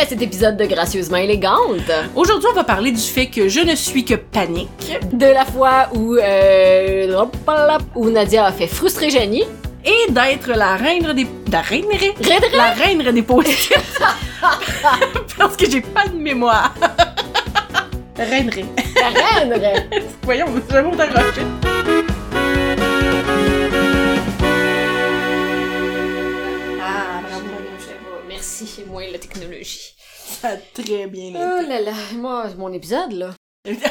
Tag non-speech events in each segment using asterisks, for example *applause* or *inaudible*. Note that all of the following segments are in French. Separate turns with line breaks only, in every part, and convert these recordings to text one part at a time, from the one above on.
à cet épisode de Gracieusement élégante.
Aujourd'hui, on va parler du fait que je ne suis que panique.
De la fois où, euh, hop, là, où Nadia a fait frustrer Jenny.
et d'être la reine des la reine
Raidre-
la reine des poétiques *laughs* parce que j'ai pas de mémoire. reine
la reine.
Voyons, j'avoue mot d'arraché.
Ah, bravo, je sais pas. Merci, c'est moins la technologie.
Ça a très bien
Oh là là, moi, mon épisode, *laughs* là.
été.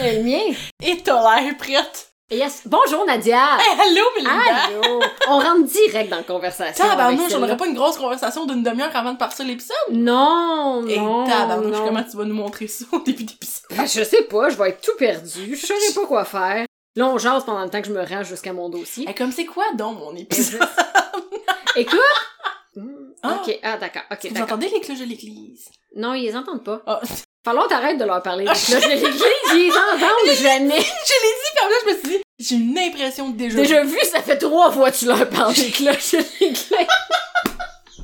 Euh, Le mien.
Et t'as l'air prête.
Yes. Bonjour, Nadia.
Hey, allô, Melinda.
Allô. On rentre direct dans la conversation. avec
Ah, Tabarnouche, on
celle-là.
n'aurait pas une grosse conversation d'une demi-heure avant de partir l'épisode.
Non,
Et
non,
tabarnouche,
non.
comment tu vas nous montrer ça au début d'épisode?
Ben, je sais pas, je vais être tout perdu. Je saurais pas quoi faire. Là, on jase pendant le temps que je me range jusqu'à mon dossier.
Hey, Eh, comme c'est quoi donc
*laughs*
mon épisode?
Écoute! Hmm,
Ah.
Ok, ah d'accord, ok,
Vous
d'accord.
entendez les cloches de l'église?
Non, ils les entendent pas.
Ah. *laughs*
Falloir t'arrêtes de leur parler. Là, je *laughs* les ils les entendent jamais.
Je l'ai dit, puis en là, je me suis dit, j'ai une impression de
*laughs*
déjà.
Déjà vu, ça fait trois fois que tu leur parles des cloches de l'église.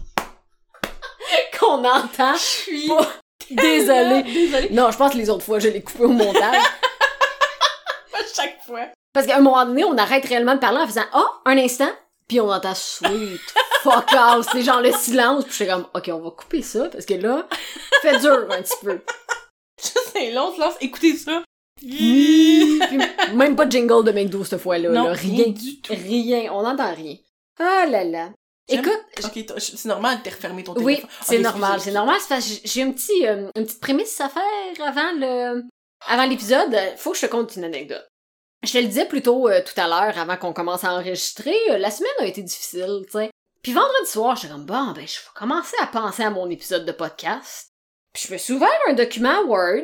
*laughs* Qu'on entend.
Je suis. *laughs*
Pas- *laughs* Désolée.
Désolée.
Non, je pense que les autres fois, je l'ai coupé au montage.
À chaque fois. *laughs*
Parce qu'à un moment donné, on arrête réellement de parler en faisant Ah, un instant, puis on entend sweet, fuck off, c'est genre le silence, puis je suis comme Ok, on va couper ça, parce que là, fait dur un petit peu.
Ça, c'est long, se lance. Écoutez ça.
Puis même pas de jingle de McDo cette fois-là,
non,
là, rien.
du tout.
Rien, on n'entend rien. Ah là là.
J'aime-
Écoute,
Ok, t'as- c'est normal de te refermer ton
oui,
téléphone. Ah,
c'est
Ok,
normal, c'est
excusez.
normal, c'est parce que j'ai un petit, euh, une petite prémisse à faire avant le, avant l'épisode. Euh, Faut que je te conte une anecdote. Je te le disais plus tôt euh, tout à l'heure, avant qu'on commence à enregistrer, euh, la semaine a été difficile, tu sais. Puis vendredi soir, j'étais comme bon, ben je vais commencer à penser à mon épisode de podcast. Puis je me suis ouvert un document Word,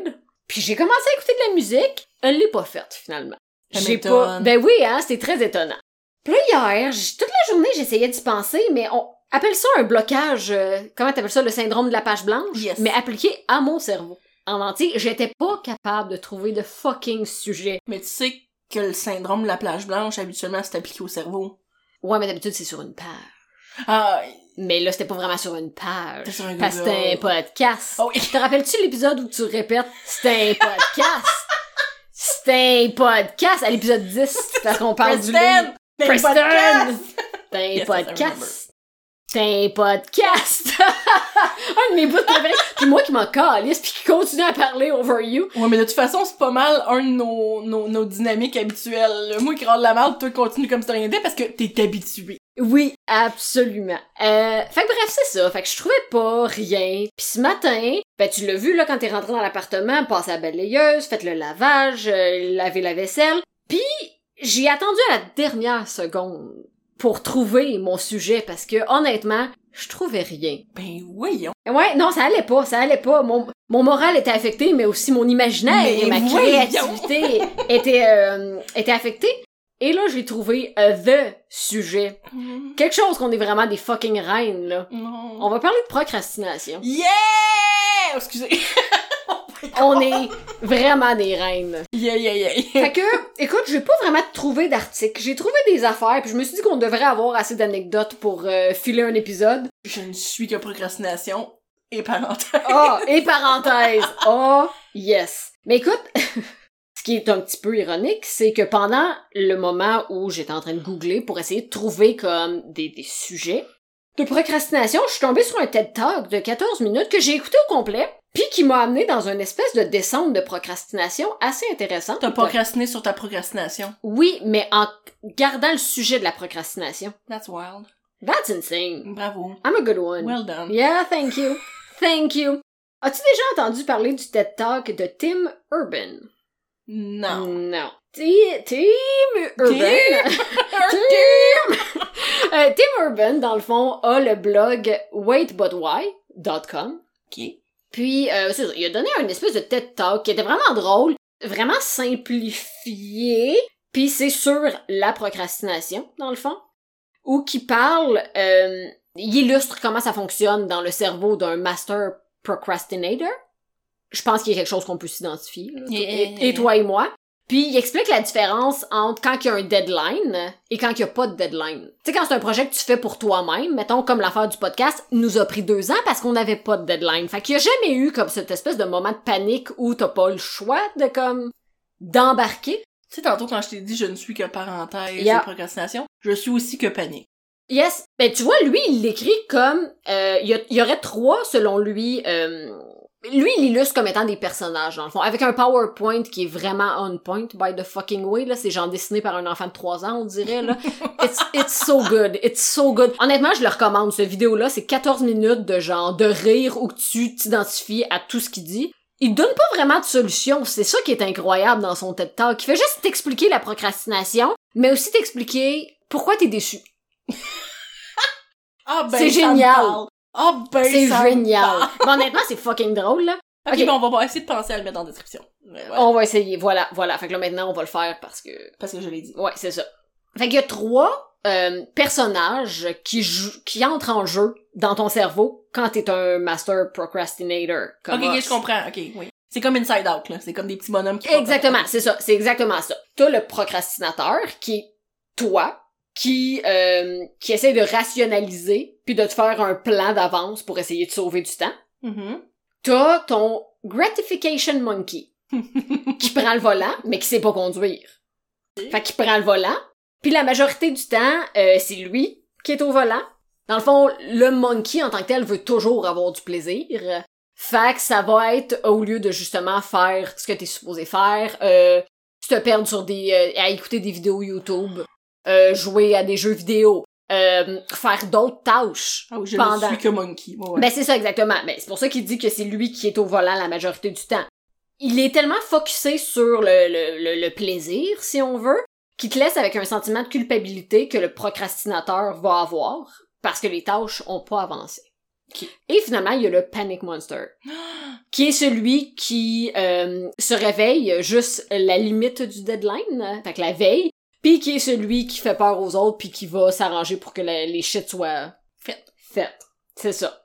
puis j'ai commencé à écouter de la musique. Elle l'est pas faite finalement.
Ça
J'ai
m'étonne.
pas. Ben oui, hein, c'était très étonnant. Puis là, hier, j- toute la journée, j'essayais d'y penser, mais on appelle ça un blocage. euh, comment t'appelles ça, le syndrome de la page blanche?
Yes.
Mais appliqué à mon cerveau. En entier, j'étais pas capable de trouver de fucking sujet.
Mais tu sais que le syndrome de la plage blanche, habituellement, c'est appliqué au cerveau.
Ouais, mais d'habitude, c'est sur une page.
Ah,
Mais là, c'était pas vraiment sur une page.
C'était sur un
Parce que c'était un
Google.
podcast.
Oh oui.
Te rappelles-tu l'épisode où tu répètes c'était un
*laughs*
podcast? c'était un podcast à l'épisode 10, parce qu'on *laughs* parle du livre.
Preston! T'es
Preston!
podcast!
*laughs* T'es un
Yes, I
podcast! T'es un podcast! *laughs* un de mes bouts préférés! Puis moi qui m'en calisse puis qui continue à parler over you.
Ouais, mais de toute façon, c'est pas mal un de nos, nos, nos dynamiques habituelles. Moi qui râle la merde, toi continue comme si t'as rien dit parce que t'es habitué.
Oui, absolument. Euh, fait que bref, c'est ça. Fait que je trouvais pas rien. Puis ce matin, ben tu l'as vu là quand t'es rentré dans l'appartement, passer à la balayeuse, faites le lavage, euh, laver la vaisselle. Puis j'ai attendu à la dernière seconde pour trouver mon sujet parce que honnêtement, je trouvais rien.
Ben voyons.
Ouais, non, ça allait pas, ça allait pas. Mon, mon moral était affecté, mais aussi mon imaginaire
Mais
et ma
voyons.
créativité étaient, euh, étaient affectés. Et là, j'ai trouvé euh, the sujet. Quelque chose qu'on est vraiment des fucking reines, là.
Non.
Mm. On va parler de procrastination.
Yeah! Oh, Excusez. *laughs*
On est vraiment des reines.
Yeah, yeah, yeah, yeah.
Fait que, écoute, j'ai pas vraiment trouvé d'article. J'ai trouvé des affaires, puis je me suis dit qu'on devrait avoir assez d'anecdotes pour euh, filer un épisode.
Je ne suis que procrastination et parenthèse.
Ah, et parenthèse. Ah, yes. Mais écoute, *laughs* ce qui est un petit peu ironique, c'est que pendant le moment où j'étais en train de googler pour essayer de trouver comme des, des sujets de procrastination, je suis tombée sur un TED Talk de 14 minutes que j'ai écouté au complet, puis qui m'a amené dans une espèce de descente de procrastination assez intéressante.
T'as procrastiné sur ta procrastination.
Oui, mais en gardant le sujet de la procrastination.
That's wild.
That's insane.
Bravo.
I'm a good one.
Well done.
Yeah, thank you. Thank you. As-tu déjà entendu parler du TED Talk de Tim Urban?
Non.
Non. Ti- Tim Urban. *laughs* Tim. Euh, Tim Urban, dans le fond, a le blog waitbutwhy.com.
*laughs* Ok.
Puis, euh, c'est ça, il a donné un espèce de TED Talk qui était vraiment drôle, vraiment simplifié. Puis c'est sur la procrastination, dans le fond, ou qui parle, euh, il illustre comment ça fonctionne dans le cerveau d'un master procrastinator. Je pense qu'il y a quelque chose qu'on peut s'identifier, là,
Yeah.
et, et toi et moi. Puis il explique la différence entre quand il y a un deadline et quand il y a pas de deadline. Tu sais, quand c'est un projet que tu fais pour toi-même, mettons comme l'affaire du podcast, nous a pris deux ans parce qu'on n'avait pas de deadline. Fait qu'il y a jamais eu comme cette espèce de moment de panique où t'as pas le choix de comme d'embarquer.
Tu sais, tantôt, quand je t'ai dit je ne suis que parenthèse
Yeah.
et procrastination, je suis aussi que panique.
Yes. Ben tu vois, lui, il l'écrit comme euh, il y, a- il y aurait trois selon lui. euh, lui, il illustre comme étant des personnages, dans le fond. Avec un PowerPoint qui est vraiment on point, by the fucking way, là. C'est genre dessiné par un enfant de 3 ans, on dirait, là. It's, it's so good. It's so good. Honnêtement, je le recommande, cette vidéo-là. C'est 14 minutes de genre, de rire où tu t'identifies à tout ce qu'il dit. Il donne pas vraiment de solution. C'est ça qui est incroyable dans son TED Talk. Il fait juste t'expliquer la procrastination, mais aussi t'expliquer pourquoi t'es déçu.
Ah ben,
C'est
ça me
génial.
parle. Ah ben,
C'est
ça me
génial.
parle.
Mais honnêtement, c'est fucking drôle, là.
Ok,
Ok.
bon, on va essayer de penser à le mettre en description. Ouais, ouais.
On va essayer. Voilà, voilà. Fait que là, maintenant, on va le faire parce que...
Parce que je l'ai dit.
Ouais, c'est ça. Fait qu'il y a trois euh, personnages qui, jou- qui entrent en jeu dans ton cerveau quand t'es un master procrastinator.
Ok,
Comme
ok,
us.
je comprends. Ok, oui. C'est comme Inside Out, là. C'est comme des petits bonhommes qui...
Exactement, c'est ça. C'est exactement ça. T'as le procrastinateur qui est toi, qui euh, qui essaie de rationaliser puis de te faire un plan d'avance pour essayer de sauver du temps.
Mhm.
T'as ton gratification monkey qui prend le volant, mais qui sait pas conduire. Fait qu'il prend le volant, puis la majorité du temps, euh, c'est lui qui est au volant. Dans le fond, le monkey en tant que tel veut toujours avoir du plaisir. Fait que ça va être euh, au lieu de justement faire ce que t'es supposé faire, euh, se perdre sur des euh, à écouter des vidéos YouTube, euh, jouer à des jeux vidéo, euh, faire d'autres tâches.
Ah oui, je
Pendant.
ne suis que Monkey. Ouais, ouais.
Ben c'est ça exactement. Ben c'est pour ça qu'il dit que c'est lui qui est au volant la majorité du temps. Il est tellement focusé sur le, le, le, le plaisir, si on veut, qu'il te laisse avec un sentiment de culpabilité que le procrastinateur va avoir parce que les tâches ont pas avancé.
Ok.
Et finalement, il y a le panic monster, qui est celui qui euh, se réveille juste la limite du deadline, hein, fait que la veille, puis qui est celui qui fait peur aux autres puis qui va s'arranger pour que la- les shit soient
Faites.
faites. C'est ça.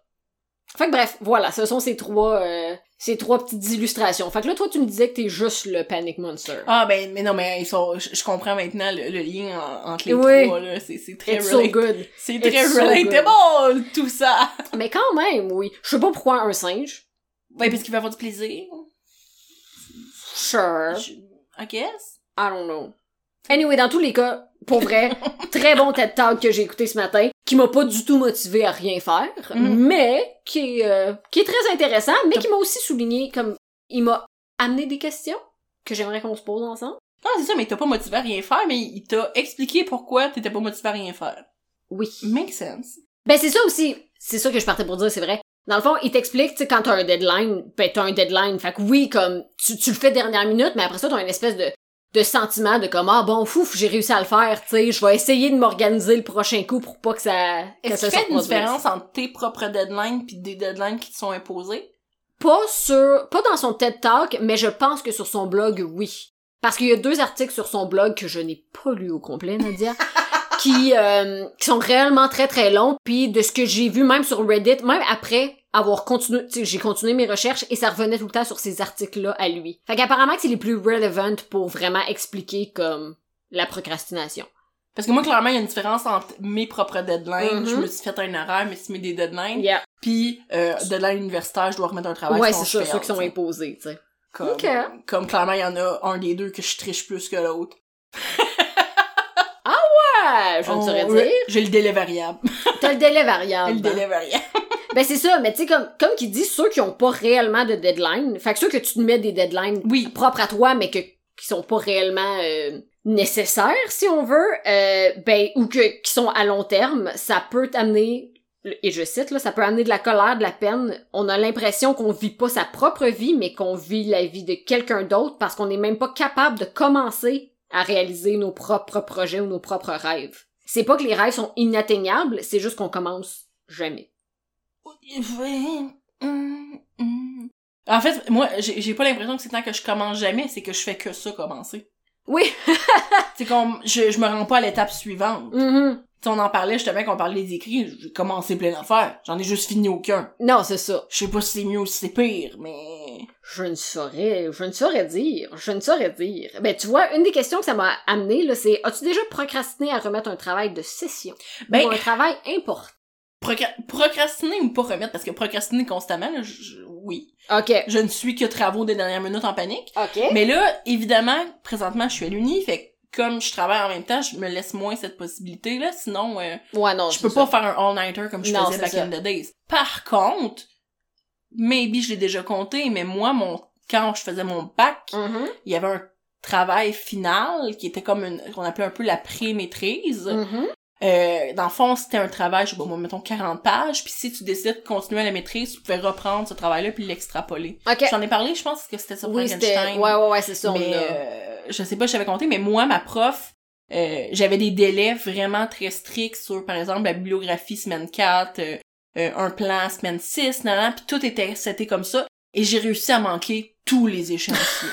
Fait que bref, voilà, ce sont ces trois, euh, ces trois petites illustrations. Fait que là, toi, tu me disais que t'es juste le Panic Monster.
Ah ben, mais non, mais ils sont... Je je comprends maintenant le, le lien en- entre les
Oui.
trois, là. C'est c'est très
It's so
relate-
good.
C'est
It's
très
so
relatable, tout *laughs* ça.
Mais quand même, oui. Je sais pas pourquoi un singe.
Ben, parce qu'il va avoir du plaisir.
Sure.
Je- I guess.
I don't know. Anyway, dans tous les cas, pour vrai, très bon TED Talk que j'ai écouté ce matin, qui m'a pas du tout motivé à rien faire,
Mm.
mais qui est, euh, qui est très intéressant, mais qui m'a aussi souligné comme il m'a amené des questions que j'aimerais qu'on se pose ensemble.
Non, c'est ça, mais il t'a pas motivé à rien faire, mais il t'a expliqué pourquoi t'étais pas motivé à rien faire.
Oui.
Makes sense.
Ben c'est ça aussi, c'est ça que je partais pour dire, c'est vrai. Dans le fond, il t'explique, tu sais, quand t'as un deadline, ben t'as un deadline. Fait que oui, comme, tu, tu le fais dernière minute, mais après ça, t'as une espèce de, de sentiment de comme, ah bon, fouf, j'ai réussi à le faire, tu sais, je vais essayer de m'organiser le prochain coup pour pas que ça... que ça
Est-ce qu'il
se
fait une
reproduise.
différence entre tes propres deadlines pis des deadlines qui te sont imposées?
Pas sur, pas dans son TED Talk, mais je pense que sur son blog, oui. Parce qu'il y a deux articles sur son blog que je n'ai pas lu au complet, *laughs* Nadia, qui, euh, qui sont réellement très très longs. Puis de ce que j'ai vu, même sur Reddit, même après avoir continué, tu sais, j'ai continué mes recherches et ça revenait tout le temps sur ces articles-là à lui. Fait qu'apparemment que c'est les plus relevant pour vraiment expliquer comme la procrastination.
Parce que moi, clairement, il y a une différence entre mes propres deadlines.
Mhm.
Je me suis fait un horaire, mais c'est mes des deadlines.
Yeah.
Puis, euh, deadline universitaire, je dois remettre un travail.
Ouais,
sinon
c'est
je
ça,
fail,
ceux qui sont
tu sais.
imposés, tu sais.
Comme,
Ok.
comme clairement, il y en a un des deux que je triche plus que l'autre.
Ouais, Ah, je ne
On-
saurais
ouais,
dire.
J'ai le délai variable. *laughs*
T'as le délai variable.
le
hein.
délai variable.
Ben c'est ça, mais tu sais, comme, comme qu'il dit, ceux qui ont pas réellement de deadline, fait que ceux que tu te mets des deadlines
Oui.
propres à toi, mais que, qui sont pas réellement euh, nécessaires, si on veut, euh, ben, ou que, qui sont à long terme, ça peut t'amener, et je cite, là, ça peut amener de la colère, de la peine. On a l'impression qu'on vit pas sa propre vie, mais qu'on vit la vie de quelqu'un d'autre parce qu'on n'est même pas capable de commencer à réaliser nos propres projets ou nos propres rêves. C'est pas que les rêves sont inatteignables, c'est juste qu'on commence jamais.
Mm, mm. En fait, moi, j'ai j'ai pas l'impression que c'est tant que je commence jamais, c'est que je fais que ça commencer. *laughs*
Oui.
C'est comme, je, je me rends pas à l'étape suivante.
Mhm.
Tu sais, on en parlait justement quand on parlait des écrits, j'ai commencé plein d'affaires. J'en ai juste fini aucun.
Non, c'est ça.
Je sais pas si c'est mieux ou si c'est pire, mais...
Je ne saurais, je ne saurais dire, je ne saurais dire. Ben, tu vois, une des questions que ça m'a amené, là, c'est, as-tu déjà procrastiné à remettre un travail de session?
Ben-
Ou un travail important?
Procra- procrastiner ou pas remettre, parce que procrastiner constamment, là, je- je- oui.
Ok.
Je ne suis que travaux des dernières minutes en panique.
Ok.
Mais là, évidemment, présentement, je suis à l'uni, fait que comme je travaille en même temps, je me laisse moins cette possibilité-là, sinon euh,
Ouais, non.
je
c'est
peux
ça.
pas faire un all-nighter comme je
Non,
faisais
c'est
back
ça.
in the days. Par contre, maybe je l'ai déjà compté, mais moi, mon quand je faisais mon bac,
Mhm,
il y avait un travail final qui était comme une qu'on appelait un peu la pré-maîtrise.
mhm.
Euh, dans le fond, c'était un travail, je sais pas, moi, mettons 40 pages, puis si tu décides de continuer à la maîtrise, tu pouvais reprendre ce travail-là puis l'extrapoler.
Ok.
J'en ai parlé, je pense que c'était sur
Oui, c'était.
Frankenstein.
Ouais, ouais, ouais, c'est ça. on
mais
a-
euh, je sais pas, j'avais compté, mais moi, ma prof, euh, j'avais des délais vraiment très stricts sur, par exemple, la bibliographie semaine 4, euh, euh, un plan semaine 6, nan, nan, puis tout était c'était comme ça. Et j'ai réussi à manquer tous
*laughs*
les échéanciers.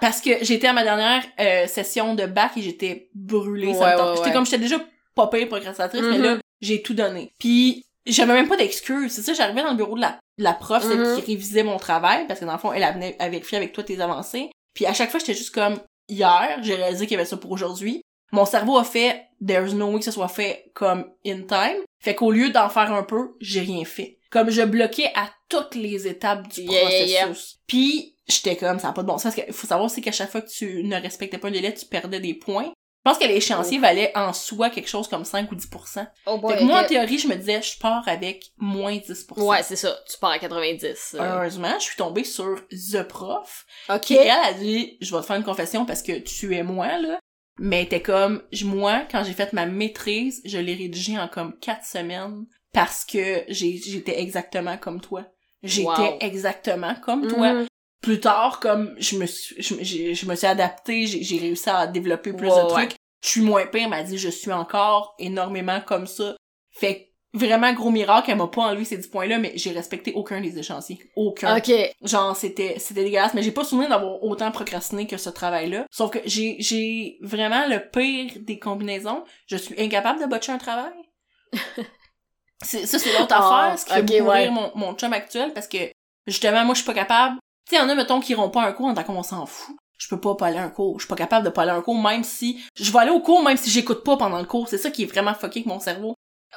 Parce que j'étais à ma dernière euh, session de bac et j'étais brûlée. ça
Ouais,
me tente-
ouais,
J'étais
ouais.
comme, j'étais déjà pas pire procrastinatrice,
Mhm.
mais là, j'ai tout donné. Puis j'avais même pas d'excuses. C'est ça, j'arrivais dans le bureau de la, de la prof, celle
Mhm.
qui révisait mon travail, parce que dans le fond, elle, elle venait à vérifier avec toi tes avancées. Puis à chaque fois, j'étais juste comme, hier, j'ai réalisé qu'il y avait ça pour aujourd'hui. Mon cerveau a fait, there's no way que ce soit fait comme in time. Fait qu'au lieu d'en faire un peu, j'ai rien fait. Comme je bloquais à toutes les étapes du
Yeah, yeah,
processus.
yeah.
Puis j'étais comme, ça n'a pas de bon sens. Parce que faut savoir aussi qu'à chaque fois que tu ne respectais pas un délai, tu perdais des points. Je pense que l'échéancier valait en soi quelque chose comme 5 ou 10
Oh boy,
Fait que moi, en
ok.
théorie, je me disais, je pars avec moins 10
Ouais, c'est ça. Tu pars à 90. euh.
Heureusement, je suis tombée sur The Prof,
ok.
qui, elle, a dit, je vais te faire une confession parce que tu es moi, là. Mais t'es comme, je- moi, quand j'ai fait ma maîtrise, je l'ai rédigée en comme quatre semaines parce que j'ai- j'étais exactement comme toi. J'étais
Wow.
exactement comme toi.
Mhm.
Plus tard, comme je me suis, je, me- j'ai- je me suis adaptée, j'ai j'ai réussi à développer plus
Ouais,
de
ouais.
trucs. Je suis moins pire, elle m'a dit, je suis encore énormément comme ça. Fait que, vraiment gros miracle, elle m'a pas enlevé ces 10 points-là, mais j'ai respecté aucun des échéanciers. Aucun.
Ok.
Genre, c'était, c'était dégueulasse, mais j'ai pas souvenir d'avoir autant procrastiné que ce travail-là. Sauf que j'ai, j'ai vraiment le pire des combinaisons. Je suis incapable de botcher
*laughs*
un travail. c'est, ça, c'est l'autre
Ah,
affaire, ce qui fait
ok,
beaucoup
ouais.
rire mon, mon chum actuel, parce que, justement, moi, je suis pas capable. Tu sais, y en a, mettons, qui iront pas à un cours en tant qu'on s'en fout. Je peux pas pas aller à un cours. Je suis pas capable de pas aller à un cours, même si, je vais aller au cours, même si j'écoute pas pendant le cours. C'est ça qui est vraiment fucké avec mon cerveau.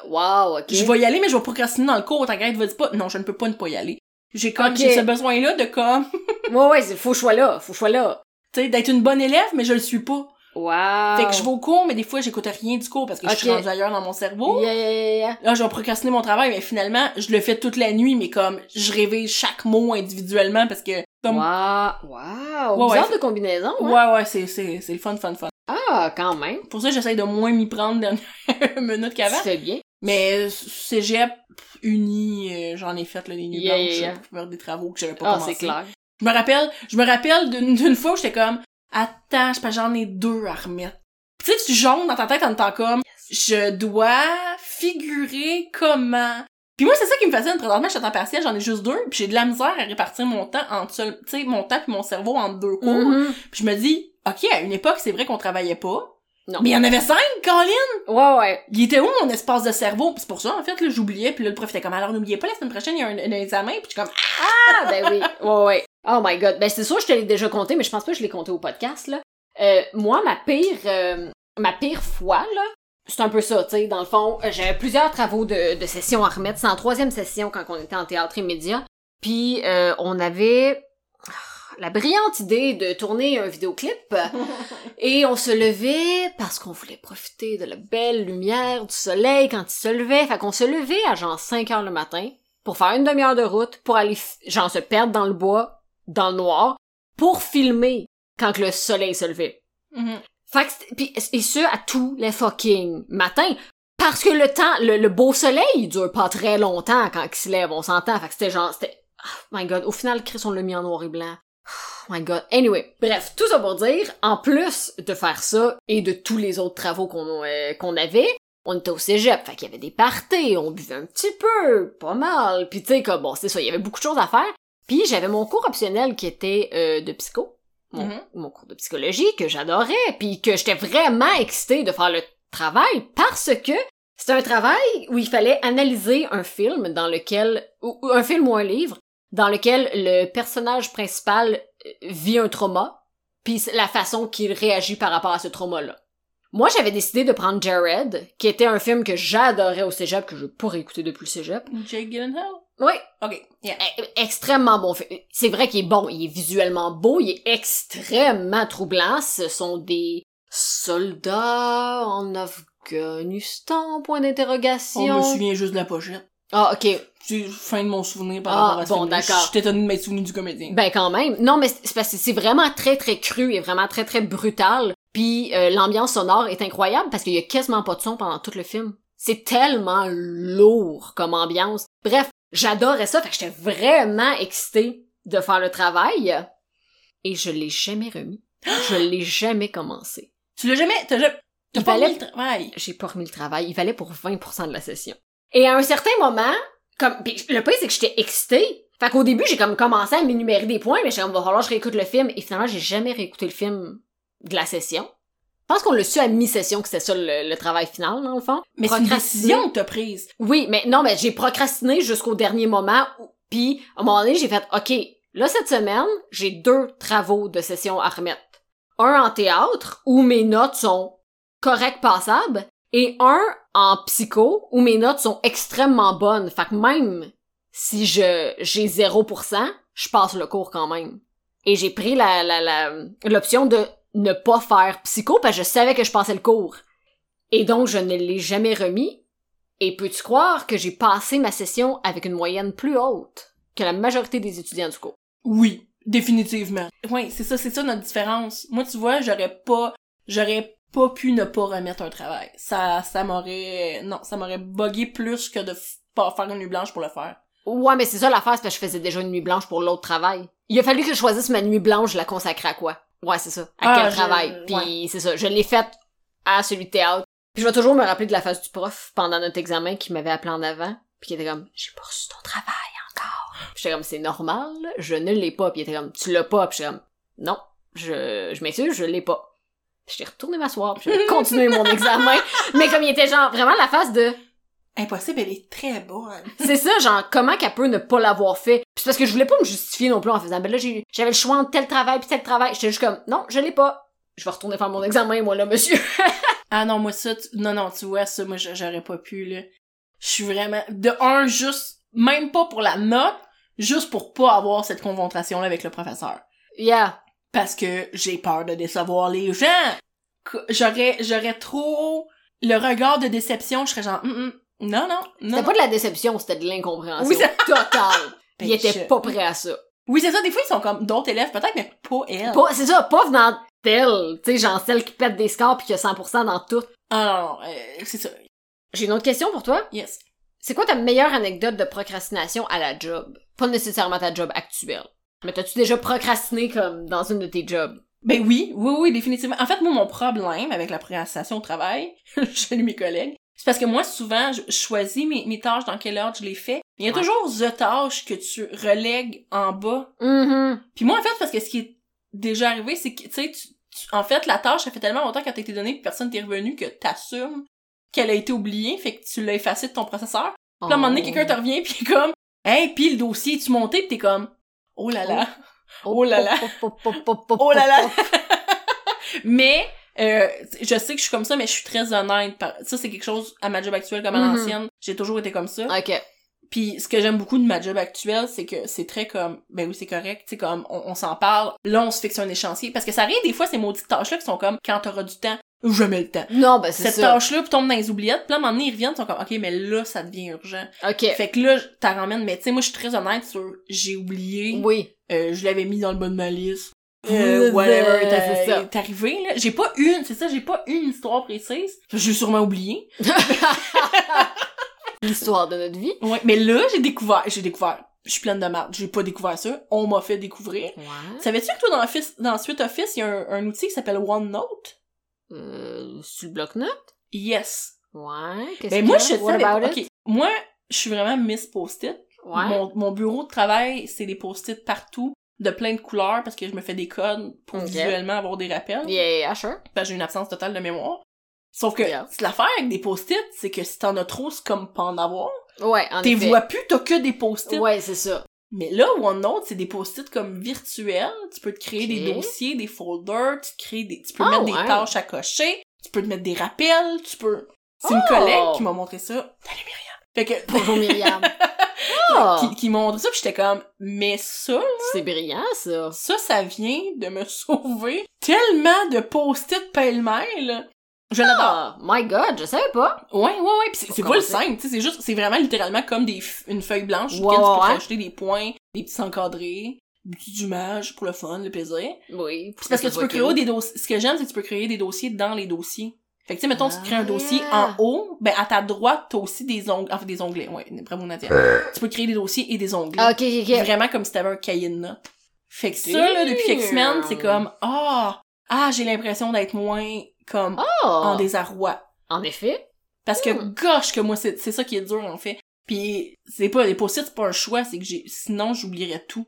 Wow, ok.
Je vais y aller, mais je vais procrastiner dans le cours. Tant qu'elle te dit pas, non, je ne peux pas ne pas y aller. J'ai comme,
Ok.
j'ai ce besoin-là de comme,
Ouais, ouais, c'est- faut que je sois là. Faut que je sois là.
tu sais, d'être une bonne élève, mais je le suis pas.
Wow.
Fait que je vais au cours, mais des fois, j'écoute rien du cours parce que je suis
Ah. Ok.
rendue ailleurs dans mon cerveau.
Yeah, yeah, yeah, yeah.
Là, je vais procrastiner mon travail, mais finalement, je le fais toute la nuit, mais comme, je révise chaque mot individuellement parce que, comme,
Wow. Wow.
Ouais, ouais,
Bizarre
fait-
de combinaison, hein?
ouais, ouais, c'est, c'est, c'est le fun, fun, fun.
Ah, quand même.
Pour ça, j'essaie de moins m'y prendre *laughs* dernière minute
Tu
qu'avant.
fais bien.
Mais, euh, cégep, pff, uni, euh, j'en ai fait, là, des nuits
Yeah,
blanches,
yeah, yeah.
pour faire des travaux que j'avais pas
Ah,
commencé.
c'est clair.
Je me rappelle, je me rappelle d'une d'une fois où j'étais comme, attends, je pense que j'en ai deux à remettre. Tu sais, tu jongles dans ta tête en étant comme, je dois figurer comment. Puis moi, c'est ça qui me fascine. Présentement, je suis en temps partiel, j'en ai juste deux, puis j'ai de la misère à répartir mon temps entre, seul- tu sais, mon temps puis mon cerveau en deux cours.
Mhm.
Puis je me dis, ok, à une époque, c'est vrai qu'on travaillait pas.
Non.
Mais il y en avait cinq, Colin!
Ouais, ouais.
Il était où mon espace de cerveau? Puis c'est pour ça, en fait, là, j'oubliais, puis là, le prof était comme, alors n'oubliez pas, la semaine prochaine, il y a un, un examen, puis je suis comme,
Ah, ben oui. Ouais, ouais. Oh my god. Ben, c'est sûr, je te l'ai déjà compté, mais je pense pas que je l'ai compté au podcast, là. Euh, moi, ma pire, euh, ma pire fois, là, c'est un peu ça, tu sais. Dans le fond, euh, j'avais plusieurs travaux de, de session à remettre. C'est en troisième session quand on était en théâtre et médias. Puis, euh, on avait ah, la brillante idée de tourner un vidéoclip. Et on se levait parce qu'on voulait profiter de la belle lumière du soleil quand il se levait. Fait qu'on se levait à genre 5 heures le matin pour faire une demi-heure de route, pour aller f- genre se perdre dans le bois, dans le noir, pour filmer quand que le soleil se levait.
Mhm.
Fait que c'était- pis- et ce, à tous les fucking matins. Parce que le temps, le, le beau soleil, il dure pas très longtemps quand il se lève, on s'entend. Fait que c'était genre, c'était, oh my god, au final, Chris, on l'a mis en noir et blanc. Oh my god. Anyway, bref, tout ça pour dire, en plus de faire ça et de tous les autres travaux qu'on euh, qu'on avait, on était au cégep, fait qu'il y avait des parties, on buvait un petit peu, pas mal. Puis tu sais, comme, bon, c'est ça, il y avait beaucoup de choses à faire. Puis j'avais mon cours optionnel qui était euh, de psycho, mon,
Mhm.
mon cours de psychologie que j'adorais, puis que j'étais vraiment excitée de faire le travail parce que c'est un travail où il fallait analyser un film dans lequel, ou, ou un film ou un livre, dans lequel le personnage principal euh, vit un trauma, puis c'est la façon qu'il réagit par rapport à ce trauma-là. Moi, j'avais décidé de prendre Jared, qui était un film que j'adorais au cégep, que je pourrais écouter depuis le cégep.
Jake Gyllenhaal?
Oui,
Ok, yeah.
e- extrêmement bon film. C'est vrai qu'il est bon, il est visuellement beau, il est extrêmement troublant. Ce sont des soldats en Afghanistan, point
On Oh, me
d'interrogation.
souvient juste de la pochette.
Ah, ok.
C'est fin de mon souvenir par
Ah,
rapport à ce
bon,
film-là.
d'accord.
Je t'étonne de m'être souvenu du comédien.
Ben quand même. Non, mais c'est c'est parce que c'est vraiment très très cru et vraiment très très brutal. Puis euh, l'ambiance sonore est incroyable parce qu'il y a quasiment pas de son pendant tout le film. C'est tellement lourd comme ambiance. Bref, j'adorais ça, fait que j'étais vraiment excitée de faire le travail et je l'ai jamais remis. Je l'ai jamais commencé.
Tu l'as jamais... T'as jamais... T'as
Il
pas
valait-
mis le travail.
J'ai pas remis le travail, il valait pour 20% de la session. Et à un certain moment, comme pis le pire c'est que j'étais excitée. Fait qu'au début, j'ai comme commencé à m'énumérer des points, mais j'étais comme va falloir que je réécoute le film et finalement, j'ai jamais réécouté le film de la session. Je pense qu'on le su à mi-session que c'était ça le, le travail final dans le fond.
Mais c'est une
Procrastiner.
décision que t'as prise.
Oui, mais non, mais j'ai procrastiné jusqu'au dernier moment. où- Puis, à un moment donné, j'ai fait, OK, là, cette semaine, j'ai deux travaux de session à remettre. Un en théâtre, où mes notes sont correctes, passables, et un en psycho, où mes notes sont extrêmement bonnes. Fait que même si je j'ai 0%, je passe le cours quand même. Et j'ai pris la la- la- l'option de ne pas faire psycho, parce que je savais que je passais le cours. Et donc, je ne l'ai jamais remis, et peux-tu croire que j'ai passé ma session avec une moyenne plus haute que la majorité des étudiants du cours?
Oui, définitivement. Oui, c'est ça, c'est ça notre différence. Moi, tu vois, j'aurais pas, j'aurais pas pu ne pas remettre un travail. Ça, ça m'aurait, non, ça m'aurait bugué plus que de f- pas faire une nuit blanche pour le faire.
Ouais, mais c'est ça l'affaire, c'est parce que je faisais déjà une nuit blanche pour l'autre travail. Il a fallu que je choisisse ma nuit blanche, je la consacrer à quoi? Ouais, c'est ça. À
Ah,
quel
je-
travail?
ouais.
Puis c'est ça, je l'ai faite à celui de théâtre. Puis je vais toujours me rappeler de la face du prof pendant notre examen qui m'avait appelé en avant, puis qui était comme « J'ai pas reçu ton travail encore! » Puis J'étais comme « C'est normal, je ne l'ai pas. » Puis il était comme « Tu l'as pas? » Puis j'étais comme « Non, je, je m'excuse, je l'ai pas. » Puis J'étais retournée m'asseoir, puis j'ai continué
*laughs*
mon examen. Mais comme il était genre vraiment la face de
Impossible, elle est très bonne.
c'est ça, genre, comment qu'elle peut ne pas l'avoir fait? Puis c'est parce que je voulais pas me justifier non plus en faisant, ben là, j'ai- j'avais le choix entre tel travail puis tel travail. J'étais juste comme, non, je l'ai pas. Je vais retourner faire mon examen, moi, là, monsieur. *laughs*
Ah non, moi ça, tu- non, non, tu vois, ça, moi, j'a- j'aurais pas pu, là. Je suis vraiment, de un, juste, même pas pour la note, juste pour pas avoir cette confrontation-là avec le professeur.
Yeah.
parce que j'ai peur de décevoir les gens. Que- J'aurais, j'aurais trop le regard de déception, je serais genre, Hum, hum, non, non, non.
C'était pas de la déception, c'était de l'incompréhension.
Oui, ça-
*laughs* Totale.
Ben,
Il était
je-
pas prêt à ça.
Oui, c'est ça, des fois, ils sont comme d'autres élèves, peut-être, mais pas elle.
Pas- c'est ça, pas venant d'elle. Tu sais, genre, celle qui pète des scores puis qui a 100% dans tout.
Ah non, non, euh, c'est ça,
J'ai une autre question pour toi.
yes.
C'est quoi ta meilleure anecdote de procrastination à la job? Pas nécessairement ta job actuelle. Mais t'as-tu déjà procrastiné comme dans une de tes jobs?
Ben oui, oui, oui, définitivement. En fait, moi, mon problème avec la procrastination au travail, *laughs* chez mes collègues, c'est parce que moi, souvent, je je choisis mes, mes tâches, dans quelle ordre je les fais. Il y a
Ouais.
toujours the tâche que tu relègues en bas
Mhm.
Puis moi, en fait, parce que ce qui est déjà arrivé, c'est que, tu sais, tu- tu- en fait, la tâche, ça fait tellement longtemps qu'elle t'a été donnée, puis personne t'est revenu, que t'assumes qu'elle a été oubliée, fait que tu l'as effacée de ton processeur. Puis là, à un moment donné,
Oh.
quelqu'un te revient, puis il est comme, hey, puis le dossier, tu monté, puis t'es comme, oh là là. Oh là là.
Oh, oh, oh, oh, oh,
Oh là là.
oh,
*laughs* Mais, euh, je sais que je suis comme ça, mais je suis très honnête. par- Ça, c'est quelque chose à ma job actuelle comme à
Mhm.
l'ancienne. J'ai toujours été comme ça.
oh. Ok.
Puis ce que j'aime beaucoup de ma job actuelle, c'est que c'est très comme, ben oui, c'est correct, c'est comme, on, on s'en parle, là, on se fixe un échéancier. Parce que ça arrive des fois, ces maudites tâches-là qui sont comme, quand t'auras du temps, jamais le temps.
Non, ben c'est
Cette
ça.
tâche-là tombe dans les oubliettes, puis là, à un moment donné, ils reviennent, ils sont comme, ok, mais là, ça devient urgent.
Ok.
Fait que là, je- t'en ramènes, mais tu sais, moi, je suis très honnête sur, j'ai oublié,
Oui. *laughs*
euh, je l'avais mis dans le bas de ma liste.
Euh,
Euh, whatever,
euh, c'est ça.
t'as- t'es arrivé, là. J'ai pas une, c'est ça, j'ai pas une histoire précise. J'ai sûrement oublié.
L'histoire de notre vie.
Ouais, mais là, j'ai découvert, j'ai découvert. Je suis pleine de marde, j'ai pas découvert ça, on m'a fait découvrir.
Ouais.
Savais-tu que toi, dans, Office, dans Suite Office, il y a un, un outil qui s'appelle OneNote?
Euh, sur le bloc-notes?
Yes.
Ouais. Qu'est-ce
Ben
que
moi, je savais
What
pas.
about
Ok, Moi, je suis vraiment Miss Post-it.
it? Ouais.
Mon, mon bureau de travail, c'est des post-it partout, de plein de couleurs, parce que je me fais des codes pour
Ok.
visuellement avoir des rappels.
Yeah, sure.
Ben, Parce que j'ai une absence totale de mémoire. Sauf que
Yeah.
c'est l'affaire avec des post-it, c'est que si t'en as trop, c'est comme pas en avoir.
Ouais, en
T'es
effet.
vois plus, t'as que des post-it.
Ouais, c'est ça.
Mais là, OneNote, c'est des post-it comme virtuels. Tu peux te créer des
Ok.
dossiers, des folders, tu te crées des, tu peux
Ah,
mettre
ouais.
des tâches à cocher, tu peux te mettre des rappels, tu peux. C'est une
Oh!
collègue qui m'a montré ça. Salut Myriam. Fait que,
Pour
*laughs*
Myriam. Ah!
qui, qui m'a montré ça, pis j'étais comme, mais ça,
C'est brillant, ça.
ça, ça vient de me *laughs* sauver tellement de post-it pêle-mêle. Je l'adore.
Ah, my god, je savais pas.
Ouais, ouais, ouais. Pis c'est
Faut
c'est pas le
commencer.
simple, tu sais. C'est juste, c'est vraiment littéralement comme des, f- une feuille blanche sur
Ouais,
laquelle tu
ouais,
peux
ouais.
t'ajouter des points, des petits encadrés, du du mage pour le fun, le plaisir.
Oui.
C'est parce que tu peux créer
Ok.
des dossiers. Ce que j'aime, c'est que tu peux créer des dossiers dans les dossiers. Fait que, tu sais, mettons, tu crées un
Ah.
dossier en haut, ben, à ta droite, t'as aussi des onglets. Enfin, des onglets, ouais, bravo Nadia. Tu peux créer des dossiers et des onglets.
Ah, Ok, ok, ok.
Vraiment comme si t'avais un cahier de notes. Fait que ça,
Damn.
là, depuis quelques semaines, c'est comme, ah, ah, j'ai l'impression d'être moins, comme, en
Ah,
désarroi.
en effet.
Parce que,
Hmm.
gosh, que moi, c'est c'est ça qui est dur, en fait. Puis, c'est pas, les post-it, c'est pas un choix, c'est que j'ai, sinon, j'oublierais tout.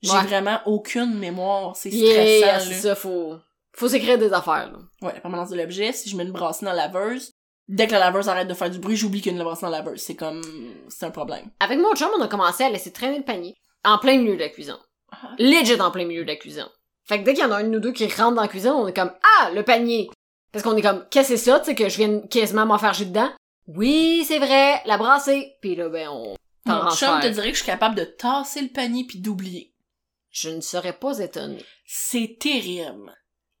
J'ai
Ouais.
vraiment aucune mémoire. C'est
Yeah,
stressant,
c'est
là.
ça, faut... Faut s'écrire des affaires, là.
Ouais, la permanence de l'objet, si je mets une brassine dans la laveuse, dès que la laveuse arrête de faire du bruit, j'oublie qu'il y a une brassine dans la laveuse. C'est comme... c'est un problème.
Avec mon chum, on a commencé à laisser traîner le panier en plein milieu de la cuisine.
Ah.
Legit en plein milieu de la cuisine. Fait que dès qu'il y en a un de nous deux qui rentre dans la cuisine, on est comme Ah, le panier! Parce qu'on est comme Qu'est-ce que c'est ça, tu sais, que je viens quasiment m'en faire dedans? Oui, c'est vrai, la brasser! Puis là, ben, on. t'en
Mon
renfère.
chum te dirait que je suis capable de tasser le panier puis d'oublier.
Je ne serais pas étonnée.
C'est terrible.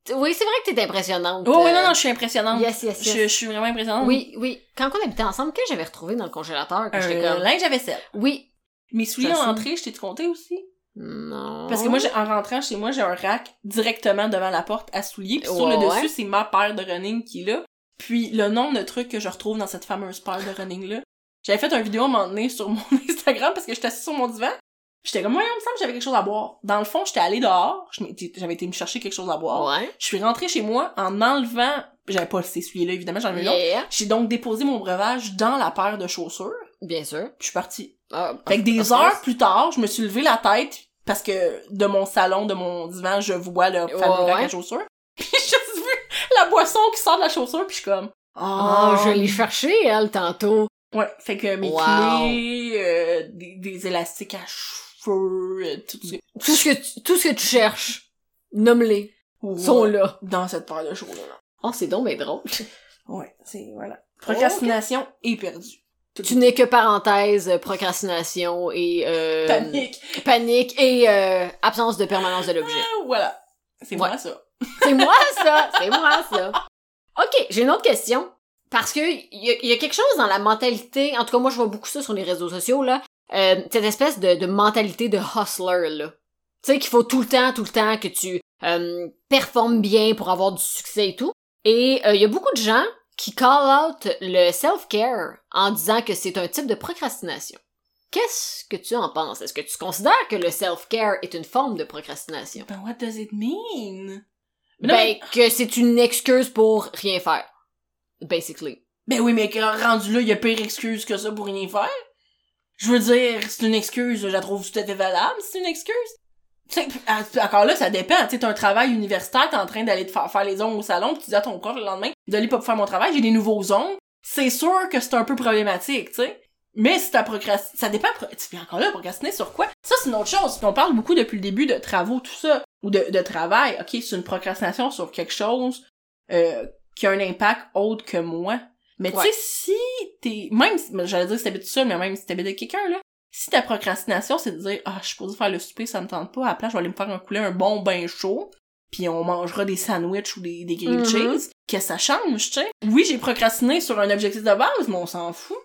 T- Oui, c'est vrai que t'es impressionnante.
Oh oui,
euh,
non, non, je suis impressionnante.
Yes, yes, yes.
Je, je suis vraiment impressionnante.
Oui, oui. Quand on habitait ensemble, qu'est-ce que j'avais retrouvé dans le congélateur? Que j'étais
Euh,
comme.
linge à vaisselle.
Oui.
Mes souliers en
J'assume.
entrée, je t'ai compté aussi.
Non.
Parce que moi, j'ai- en rentrant chez moi, j'ai un rack directement devant la porte à souliers. Puis sur
Ouais,
le
ouais.
dessus, c'est ma paire de running qui est là. Puis le nombre de trucs que je retrouve dans cette fameuse paire de running-là. J'avais fait une vidéo à un moment donné sur *laughs* mon Instagram parce que j'étais assise sur mon divan. Puis J'étais comme, moi, il me semble que j'avais quelque chose à boire. Dans le fond, j'étais allée dehors. je m'étais- J'avais été me chercher quelque chose à boire.
Ouais.
Je suis rentrée chez moi en enlevant... J'avais pas ces souliers-là, évidemment, j'en avais l'autre.
Yeah.
J'ai donc déposé mon breuvage dans la paire de chaussures.
Bien sûr.
Puis Je suis partie.
Ah,
Fait que des
of course.
heures plus tard, je me suis levé la tête parce que de mon salon, de mon divan, je vois le fameux
ouais.
rack à chaussures. *laughs* Puis j'ai juste vu la boisson qui sort de la chaussure, puis je suis comme
Ah, je l'ai
l'ai
cherché, elle, tantôt.
Ouais, fait que mes
Wow.
clés, euh, des, des élastiques à cheveux, euh, tout ça.
Tout ce que tu, tout ce que tu cherches, nomme-les. Sont
Ouais,
là.
dans cette paire de chaussures là.
Oh, c'est donc mais drôle. *laughs*
Ouais, c'est voilà. Procrastination et perdu.
tu n'es que parenthèse, euh, procrastination et euh,
Panique. *laughs*
panique et euh, absence de permanence de l'objet.
Ah, Voilà. C'est
Ouais.
moi ça.
c'est moi ça, c'est moi ça. OK, j'ai une autre question parce que il y, a- y a quelque chose dans la mentalité, en tout cas moi je vois beaucoup ça sur les réseaux sociaux là, euh, cette espèce de, de mentalité de hustler là. Tu sais qu'il faut tout le temps, tout le temps que tu euh, performes bien pour avoir du succès et tout. Et euh, il y a beaucoup de gens qui call out le self-care en disant que c'est un type de procrastination. Qu'est-ce que tu en penses? Est-ce que tu considères que le self-care est une forme de procrastination?
Ben, what does it mean? Mais non,
ben,
mais-
que c'est une excuse pour rien faire. Basically.
Ben oui, mais quand rendu là, il y a pire excuse que ça pour rien faire. Je veux dire, c'est une excuse, je la trouve tout à fait valable, c'est une excuse. Tu sais, puis, à- encore là, ça dépend. Tu sais, t'as un travail universitaire, t'es en train d'aller te faire, faire les ongles au salon, puis tu dis à ton prof le lendemain, d'aller pas faire mon travail, j'ai des nouveaux ongles. C'est sûr que c'est un peu problématique, tu sais. Mais si t'as procrastiné, ça dépend, pro- tu sais, puis encore là, procrastiner sur quoi? Ça, c'est une autre chose. On parle beaucoup depuis le début de travaux, tout ça, ou de, de travail. OK, c'est une procrastination sur quelque chose, euh, qui a un impact autre que moi. Mais
Ouais.
tu sais, si t'es, même, si- mais j'allais dire si t'habites tout seul, mais même si t'habites avec quelqu'un, là, si ta procrastination, c'est de dire, ah, je suis supposée faire le souper, ça me tente pas, à la place, je vais aller me faire un couler un bon bain chaud, puis on mangera des sandwichs ou des, des grilled
Mhm.
cheese, que ça change, tu sais. Oui, j'ai procrastiné sur un objectif de base, mais on s'en fout.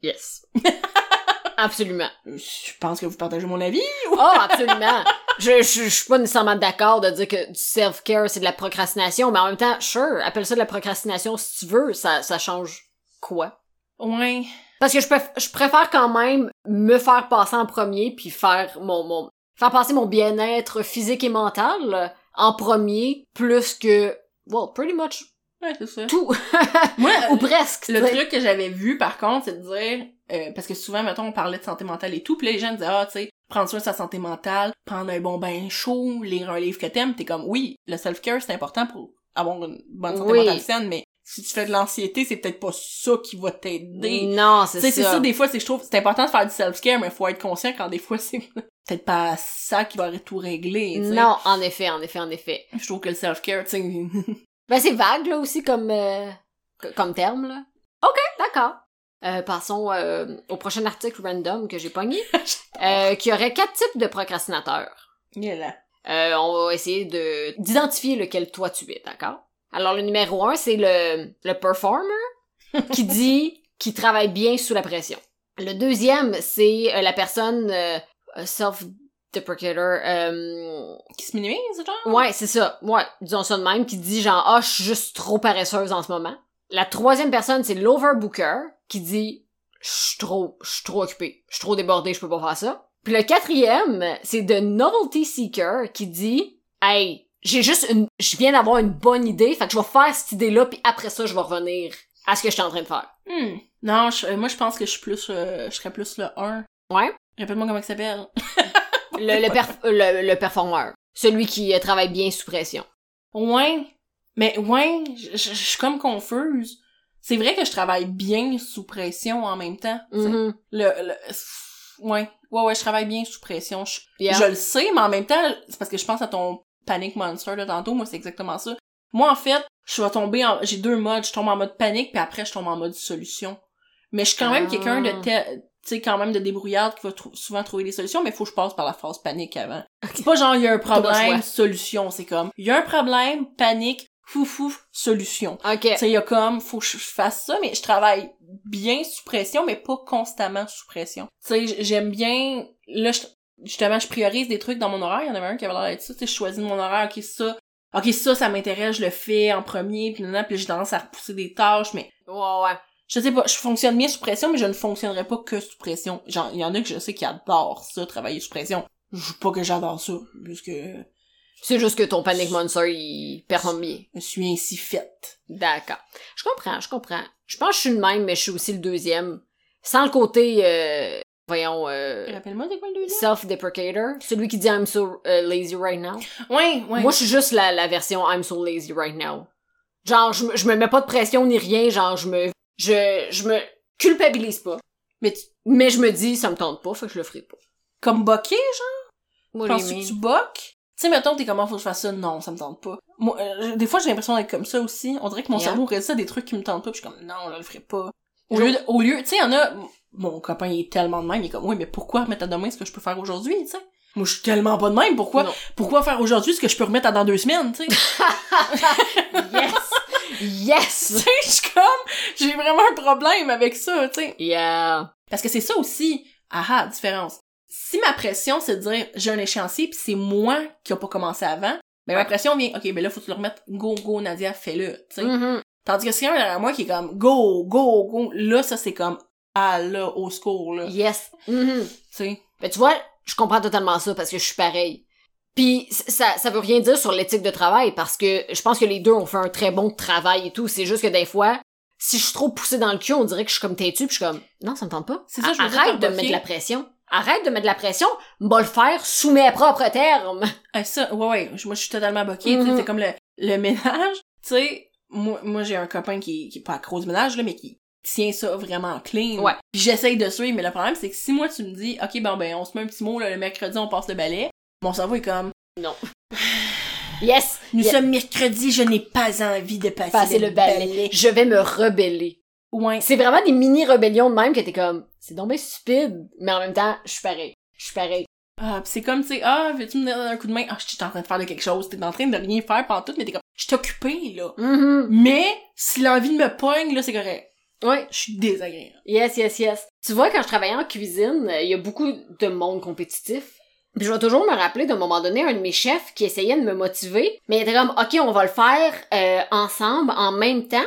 Yes. *laughs* absolument.
Je pense que vous partagez mon avis.
Oh, absolument. Je, je, je suis pas nécessairement d'accord de dire que du self-care, c'est de la procrastination, mais en même temps, sure, appelle ça de la procrastination si tu veux, ça, ça change quoi?
Ouais.
Parce que je, préf- je préfère quand même me faire passer en premier, puis faire mon, mon faire passer mon bien-être physique et mental là, en premier, plus que, well, pretty much
Ouais, c'est ça.
tout, *laughs*
Moi,
ou presque.
Le
tu sais.
truc que j'avais vu, par contre, c'est de dire, euh, parce que souvent, mettons, on parlait de santé mentale et tout, puis là, les gens disaient, ah, tu sais, prendre soin de sa santé mentale, prendre un bon bain chaud, lire un livre que t'aimes, t'es comme, oui, le self-care, c'est important pour avoir une bonne santé
Oui.
mentale saine, mais si tu fais de l'anxiété, c'est peut-être pas ça qui va t'aider.
Non,
Tu
c'est ça.
sais, Mm, c'est ça, des fois, c'est, je trouve, c'est important de faire du self-care, mais faut être conscient quand des fois, c'est *laughs* peut-être pas ça qui va tout régler, tu sais.
non, en effet, en effet, en effet.
Je trouve que le self-care, tu sais, *laughs*
Ben, c'est vague, là, aussi, comme, euh, c- comme terme, là. OK, d'accord. Euh, passons euh, au prochain article random que j'ai
*laughs*
pogné, euh, qui aurait quatre types de procrastinateurs.
il est là.
Euh, on va essayer de d'identifier lequel toi tu es, d'accord? Alors, le numéro un, c'est le, le
*laughs*
performer, qui dit qu'il travaille bien sous la pression. Le deuxième, c'est euh, la personne euh, self-deprecator, euh,
Qui se minimise, genre?
Ouais, c'est ça. Ouais, disons ça de même, qui dit genre, ah, je suis juste trop paresseuse en ce moment. La troisième personne, c'est l'overbooker, qui dit, je suis trop, je suis trop occupée, je suis trop débordée, je peux pas faire ça. Puis le quatrième, c'est the novelty seeker, qui dit, hey, j'ai juste une, je viens d'avoir une bonne idée, fait que je vais faire cette idée-là, puis après ça, je vais revenir à ce que je suis en train de faire.
Hmm. Non, je- euh, moi, je pense que je suis plus, euh, je serais plus le 1.
Ouais.
Répète-moi comment il s'appelle.
Le, le, perf- le, le performeur. Celui qui euh, travaille bien sous pression.
Ouais, mais ouais, je je- je suis comme confuse. C'est vrai que je travaille bien sous pression en même temps. tu sais.
Mhm.
Le, le, pff, ouais, ouais, ouais, je travaille bien sous pression. Je,
Yeah.
je le sais, mais en même temps, c'est parce que je pense à ton panic monster de tantôt. Moi, c'est exactement ça. Moi, en fait, je vais tomber en, j'ai deux modes. Je tombe en mode panique, puis après, je tombe en mode solution. Mais je suis quand même
Ah.
quelqu'un de, te- tu sais, quand même de débrouillard qui va trou- souvent trouver des solutions, mais faut que je passe par la phase panique avant. C'est pas genre, il y a un
Pas
problème,
le
solution. C'est comme, il y a un problème, panique, fouf, solution.
Ok.
Tu sais, il y a comme, faut que je fasse ça, mais je travaille bien sous pression, mais pas constamment sous pression. Tu sais, j- j'aime bien, là, je- justement, je priorise des trucs dans mon horaire. Il y en avait un qui avait l'air d'être ça. Tu sais, je choisis mon horaire, ok, ça, ok, ça, ça m'intéresse, je le fais en premier, puis nanana, puis j'ai tendance à repousser des tâches, mais
Ouais, ouais.
je sais pas, je fonctionne bien sous pression, mais je ne fonctionnerai pas que sous pression. Genre, il y en a que je sais qui adorent ça, travailler sous pression. Je pas que j'adore ça, parce que
C'est juste que ton panic monster, il performe bien.
je suis ainsi faite.
D'accord. Je comprends, je comprends. Je pense que je suis le même, mais je suis aussi le deuxième. Sans le côté, euh, voyons, euh,
Rappelle-moi, c'est quoi le deuxième?
self-deprecator. Celui qui dit I'm so euh, lazy right now.
Ouais, ouais.
Moi, je suis juste la, la version I'm so lazy right now. Genre, je, me- je me mets pas de pression ni rien. Genre, je me, je, je me culpabilise pas.
mais tu,
Mais je me dis, ça me tente pas, fait que je le ferai pas.
comme boqué,
Moi,
genre, penses-tu que tu boques? Tu sais, mettons, t'es comment, faut que je fasse ça? Non, ça me tente pas. Moi, euh, des fois, j'ai l'impression d'être comme ça aussi. On dirait que mon
Yeah.
cerveau résiste à des trucs qui me tentent pas, puis je suis comme, non, je le ferai pas. Au
Je-
lieu, de- au lieu, tu sais, il y en a, mon copain, il est tellement de même, il est comme, oui, mais pourquoi remettre à demain ce que je peux faire aujourd'hui, tu sais? Moi, je suis tellement pas de même, pourquoi?
Non.
pourquoi faire aujourd'hui ce que je peux remettre à dans deux semaines, tu sais? *laughs*
Yes!
Tu
yes!
sais, je suis comme, j'ai vraiment un problème avec ça, tu sais.
Yeah.
Parce que c'est ça aussi, ah ah, différence. Si ma pression, c'est de dire, j'ai un échéancier puis c'est moi qui a pas commencé avant, ben ma pression vient, ok, ben là, faut que tu le remettes, go, go, Nadia, fais-le, tu sais.
Mhm.
Tandis que si quelqu'un derrière moi qui est comme, go, go, go, là, ça, c'est comme, ah là, au secours, là, tu
Yes. Mhm.
sais.
Ben, tu vois, je comprends totalement ça parce que je suis pareil. Puis c- ça, ça veut rien dire sur l'éthique de travail parce que je pense que les deux ont fait un très bon travail et tout. C'est juste que des fois, si je suis trop poussée dans le cul, on dirait que je suis comme têtue puis je suis comme non, ça me tente pas.
C'est ça, je me dis,
Arrête de
t'as
me mettre de
bloqué.
la pression. Arrête de mettre de la pression. Va le faire sous mes propres termes. *laughs*
Ah, ça, ouais, ouais, je- moi, je suis totalement boquée, tu sais,
Mhm.
c'est comme le, le ménage, *laughs* tu sais, moi, moi j'ai un copain qui, qui est pas accro du ménage, là, mais qui tient ça vraiment clean.
Ouais.
Puis j'essaye de suivre, mais le problème, c'est que si moi, tu me dis, OK, bon, ben, on se met un petit mot, là, le mercredi, on passe le balai, mon cerveau est comme,
Yes.
nous
Yes.
sommes mercredi, je n'ai pas envie de passer,
Passer le balai. Je vais me rebeller.
Ouais.
C'est vraiment des mini rébellions de même que t'es comme c'est donc bien stupide, mais en même temps, je suis pareil. Je suis pareil.
Ah, pis c'est comme, tu sais, ah, veux-tu me donner un coup de main? Ah, je suis en train de faire de quelque chose, t'es en train de rien faire pendant tout, mais t'es comme, je suis occupée, là.
Mhm.
Mais, si l'envie me pogne, là, c'est correct.
Ouais.
Je suis désagréable.
Yes, yes, yes. Tu vois, quand je travaillais en cuisine, euh, il y a beaucoup de monde compétitif. Puis je vais toujours me rappeler d'un moment donné, un de mes chefs qui essayait de me motiver, mais il était comme, OK, on va le faire euh, ensemble, en même temps.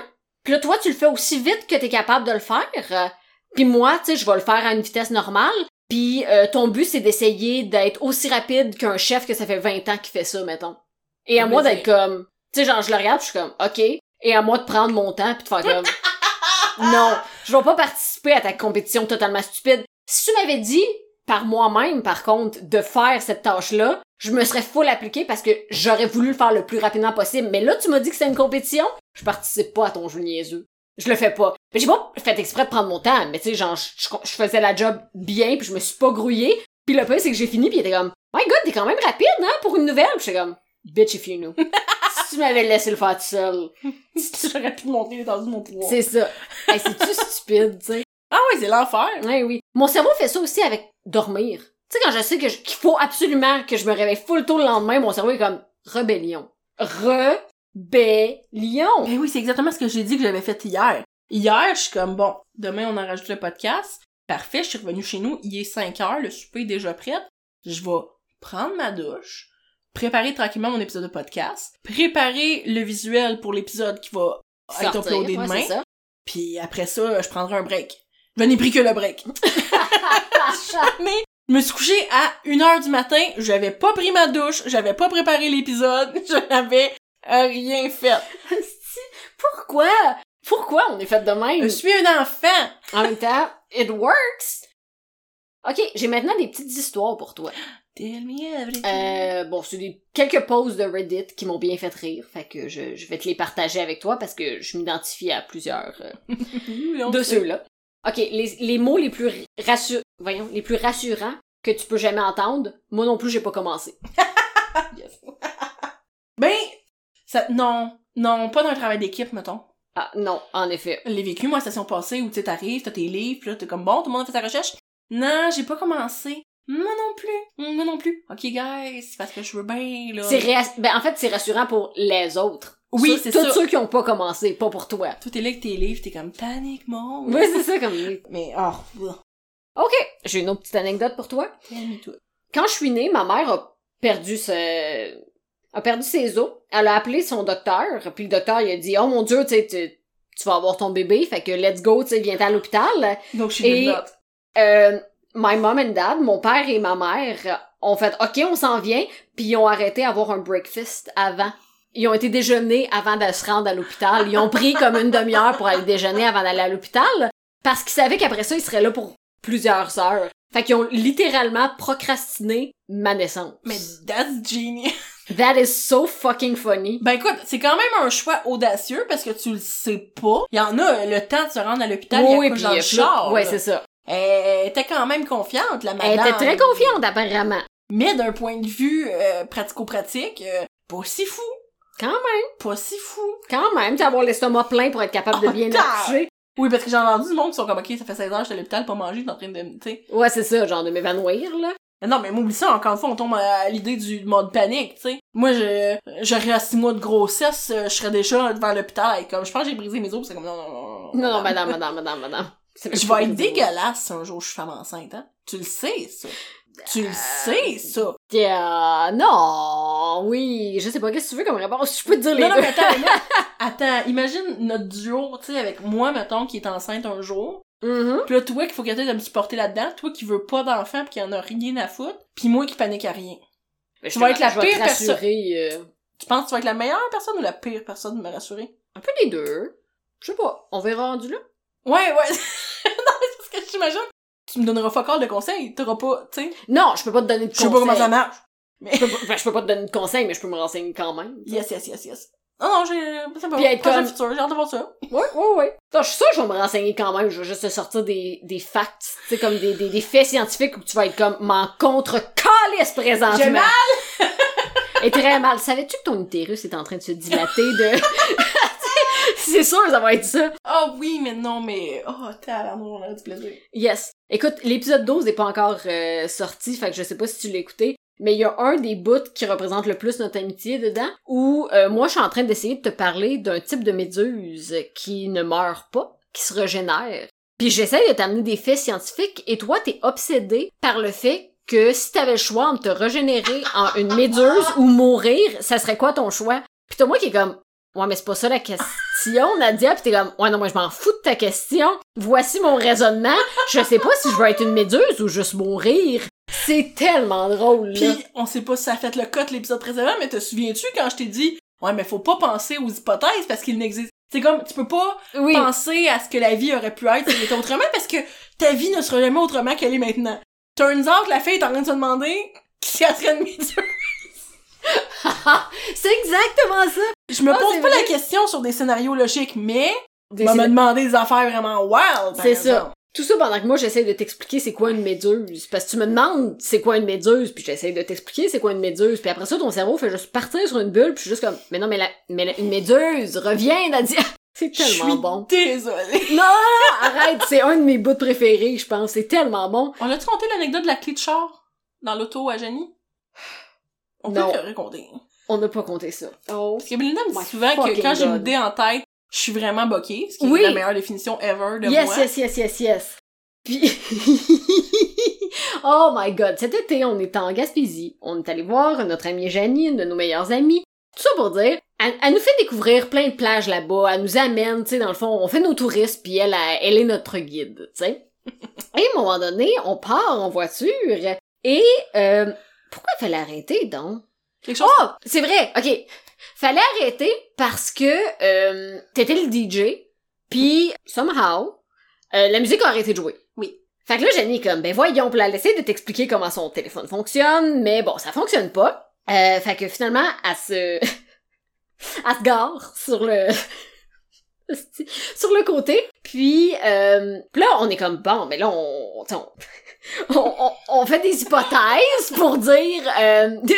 Puis là, toi, tu le fais aussi vite que t'es capable de le faire. Euh, Puis moi, tu sais, je vais le faire à une vitesse normale. Puis euh, ton but, c'est d'essayer d'être aussi rapide qu'un chef que ça fait 20 ans qu'il fait ça, mettons. Et à
Mais
moi
c'est-
d'être comme... Tu sais, genre, je le regarde, puis je suis comme, OK. Et à moi de prendre mon temps, puis de faire comme... Non, je vais pas participer à ta compétition totalement stupide. Si tu m'avais dit, par moi-même, par contre, de faire cette tâche-là, je me serais full appliquée parce que j'aurais voulu le faire le plus rapidement possible. Mais là, tu m'as dit que c'était une compétition, je participe pas à ton jeu niaiseux. Je le fais pas. Mais j'ai pas fait exprès de prendre mon temps, mais tu sais, genre, je, je, je faisais la job bien, puis je me suis pas grouillée. Puis le pire, c'est que j'ai fini, puis il était comme, My God, t'es quand même rapide, hein, pour une nouvelle. Puis j'étais comme, Bitch, if you *laughs* knew. si tu m'avais laissé le faire tout seul.
J'aurais pu monter dans mon pouvoir.
C'est ça. Hey, c'est-tu stupide, tu sais?
Ah oui, c'est l'enfer.
Ouais, oui. Mon cerveau fait ça aussi avec dormir. Tu sais, quand je sais que je- qu'il faut absolument que je me réveille full tôt le lendemain, mon cerveau est comme, rébellion. Rebellion.
Ben oui, c'est exactement ce que j'ai dit que j'avais fait hier. Hier, je suis comme, bon, demain on en rajoute le podcast. Parfait, je suis revenue chez nous, il est 5 heures, le souper est déjà prêt. Je vais prendre ma douche, préparer tranquillement mon épisode de podcast, préparer le visuel pour l'épisode qui va être
Sortir,
uploadé
ouais,
demain,
c'est *laughs* ça.
puis après ça, je prendrai un break. Je n'ai pris que le break.
Ah,
Je me suis couchée à 1h du matin, j'avais pas pris ma douche, j'avais pas préparé l'épisode, *laughs* je n'avais rien fait.
Asti, Pourquoi? Pourquoi on est fait de
Je
même?
suis un enfant!
En même temps, it works! Ok, j'ai maintenant des petites histoires pour toi.
Tell me everything.
Euh, bon, c'est des, quelques posts de Reddit qui m'ont bien fait rire, fait que je, je vais te les partager avec toi parce que je m'identifie à plusieurs euh,
*laughs* Oui, on
de
sait.
ceux-là. Ok, les, les mots les plus rassurants, voyons, les plus rassurants que tu peux jamais entendre, moi non plus j'ai pas *laughs* commencé.
Ben, ça, non, non, pas dans un travail d'équipe, mettons.
Ah, non, en effet.
Les vécu, moi, à la session passée, où tu sais, t'arrives, t'as tes livres, pis là, t'es comme bon, tout le monde a fait sa recherche. Non, j'ai pas commencé. Moi non plus. Moi non plus. Ok, guys, c'est parce que je veux bien, là.
C'est ras- ben, en fait, c'est rassurant pour les autres.
Oui,
Ceux-
c'est
Tous
ça.
ceux qui ont pas commencé, pas pour *laughs* toi.
Toi, t'es là avec tes livres, t'es comme panique, mon.
Oui, c'est ça comme.
Mais, oh,
Ok, j'ai une autre petite anecdote pour toi.
calme-toi.
Quand je suis née, ma mère a perdu ce... a perdu ses os. Elle a appelé son docteur, puis le docteur il a dit "Oh mon dieu, tu sais, tu tu vas avoir ton bébé, fait que let's go, tu sais, viens à l'hôpital."
Donc, je suis
Et-
une autre.
Euh, my mom and dad, mon père et ma mère ont fait "OK, on s'en vient", puis ils ont arrêté à avoir un breakfast avant. Ils ont été déjeuner avant de se rendre à l'hôpital. Ils ont pris comme une demi-heure pour aller déjeuner avant d'aller à l'hôpital parce qu'ils savaient qu'après ça, ils seraient là pour plusieurs heures. Fait qu'ils ont littéralement procrastiné ma naissance.
Mais that's genius.
That is so fucking funny.
Ben écoute, c'est quand même un choix audacieux parce que tu le sais pas. Il y en a euh, le temps de se rendre à l'hôpital, il y a
oui,
couche
puis
dans
il
le
a flou-
char.
Ouais,
là.
c'est ça.
Elle était quand même confiante, la
Elle
madame.
était très confiante, apparemment.
Mais d'un point de vue euh, pratico-pratique, euh, pas si fou.
Quand même.
Pas si fou.
Quand même, tu sais, avoir l'estomac plein pour être capable de
Oh,
bien
damn.
accoucher.
Oui, parce que j'ai entendu du monde qui sont comme, OK, ça fait 16 heures, j'étais à l'hôpital, pas manger, j'étais en train de... me- t'sais.
Ouais, c'est ça, genre de m'évanouir, là.
Mais Non, mais m'oublie ça, encore une fois, on tombe à l'idée du mode panique, tu sais. Moi, je, j'aurais à 6 mois de grossesse, euh, je serais déjà devant l'hôpital, et comme, je pense que j'ai brisé mes os, puis c'est comme, non, non, non, non.
Non, ben, non, madame, madame, madame, madame. C'est
Je vais être dégueulasse si un jour je suis femme enceinte, hein. Tu le sais, ça. Tu le sais, ça.
Euh, non, oui, je sais pas, qu'est-ce que tu veux comme réponse? Je peux te dire les
Non, non,
deux.
mais attends, mais là, attends, imagine notre duo, tu sais, avec moi, mettons, qui est enceinte un jour.
*laughs* Mhm.
Puis là, toi, qu'il faut qu'elle de me supporter là-dedans. Toi, qui veux pas d'enfant pis qui en a rien à foutre. Puis moi, qui panique à rien.
Mais
Tu vas être la
je vais te
pire personne.
rassurer, euh,
Tu penses que tu vas être la meilleure personne ou la pire personne de me rassurer?
un peu des deux. Je sais pas, on verra rendu là.
Ouais, *laughs* ouais. non, mais c'est parce que j'imagine. Tu me donneras pas encore de conseils. T'auras pas, tu sais.
Non, je peux pas te donner de
Je sais pas comment ça
conseils.
marche.
Je peux pas- ben, je peux pas te donner de conseils, mais je peux me renseigner quand même. tu sais.
Yes, yes, yes, yes. Non, non, j'ai. C'est pas
Puis être
Projet
comme-
futur, j'ai hâte de voir ça.
Ouais, ouais, ouais. Non, je suis sûre que je vais me renseigner quand même. Je vais juste te sortir des, des facts, tu sais, comme des, des, des faits scientifiques où tu vas être comme m'en contre calisse présentement.
J'ai mal!
*laughs* Et très mal. Savais-tu que ton utérus est en train de se dilater de. *laughs* C'est sûr, ça va être ça.
Ah oui, mais non, mais. Oh, t'as on a du plaisir.
Yes. Écoute, l'épisode 12 n'est pas encore euh, sorti, fait que je sais pas si tu l'as écouté, mais il y a un des bouts qui représente le plus notre amitié dedans, où euh, moi je suis en train d'essayer de te parler d'un type de méduse qui ne meurt pas, qui se régénère. Puis j'essaie de t'amener des faits scientifiques, et toi t'es obsédé par le fait que si t'avais le choix entre te régénérer en une méduse ou mourir, ça serait quoi ton choix? Puis t'as moi qui est comme, Ouais, mais c'est pas ça la question, Nadia. Puis t'es comme, ouais, non, moi, je m'en fous de ta question. Voici mon raisonnement. Je sais pas si je veux être une méduse ou juste mourir. C'est tellement drôle, là.
Puis, on sait pas si ça a fait le cut l'épisode précédent, mais te souviens-tu quand je t'ai dit, ouais, mais faut pas penser aux hypothèses parce qu'il n'existe. C'est comme, tu peux pas
oui.
penser à ce que la vie aurait pu être si elle était autrement parce que ta vie ne sera jamais autrement *laughs* qu'elle est maintenant. Turns out, la fille est en train de se demander si elle serait une méduse.
c'est exactement ça!
Je me
Ah,
pose
c'est
pas
vrai.
la question sur des scénarios logiques, mais
Des-
on va me
c'est-
demander des affaires vraiment wild. par
C'est ça.
exemple.
Tout ça pendant que moi j'essaie de t'expliquer c'est quoi une méduse. Parce que tu me demandes c'est quoi une méduse, puis j'essaie de t'expliquer c'est quoi une méduse. Puis après ça, ton cerveau fait juste partir sur une bulle, puis je suis juste comme, mais non, mais, la, mais la- une méduse, reviens Nadia! *laughs* C'est
Je
tellement
suis
bon.
Désolée.
Non, arrête, c'est un de mes bouts préférés, je pense. C'est tellement bon.
On a-tu conté l'anecdote de la clé de char dans l'auto à Jenny? On peut
Non.
le raconter.
On n'a pas compté ça. Oh.
Parce que Belinda me
My
dit souvent que
fucking
quand j'ai une
God.
idée en tête, je suis vraiment boquée, ce qui
Oui.
est la meilleure définition ever de
Yes,
moi.
yes, yes, yes, yes. Puis, *laughs* oh my god, cet été, on était en Gaspésie. On est allé voir notre amie Janie, une de nos meilleures amies. Tout ça pour dire, elle, elle nous fait découvrir plein de plages là-bas. Elle nous amène, tu sais, dans le fond, on fait nos touristes, puis elle, elle, elle est notre guide, tu
*laughs*
sais. Et à un moment donné, on part en voiture. Et, euh, pourquoi fallait arrêter, donc?
Quelque chose.
Oh, c'est vrai. OK. Fallait arrêter parce que euh, t'étais le DJ, puis somehow euh, la musique a arrêté de jouer.
Oui.
Fait que là Jenny est comme ben voyons, puis là, elle essaie de t'expliquer comment son téléphone fonctionne, mais bon, ça fonctionne pas. Euh, fait que finalement elle se *laughs* elle se gare sur le *laughs* sur le côté. Puis euh, puis là on est comme bon, mais là on on, on, on- on fait des hypothèses pour dire euh, *laughs* tu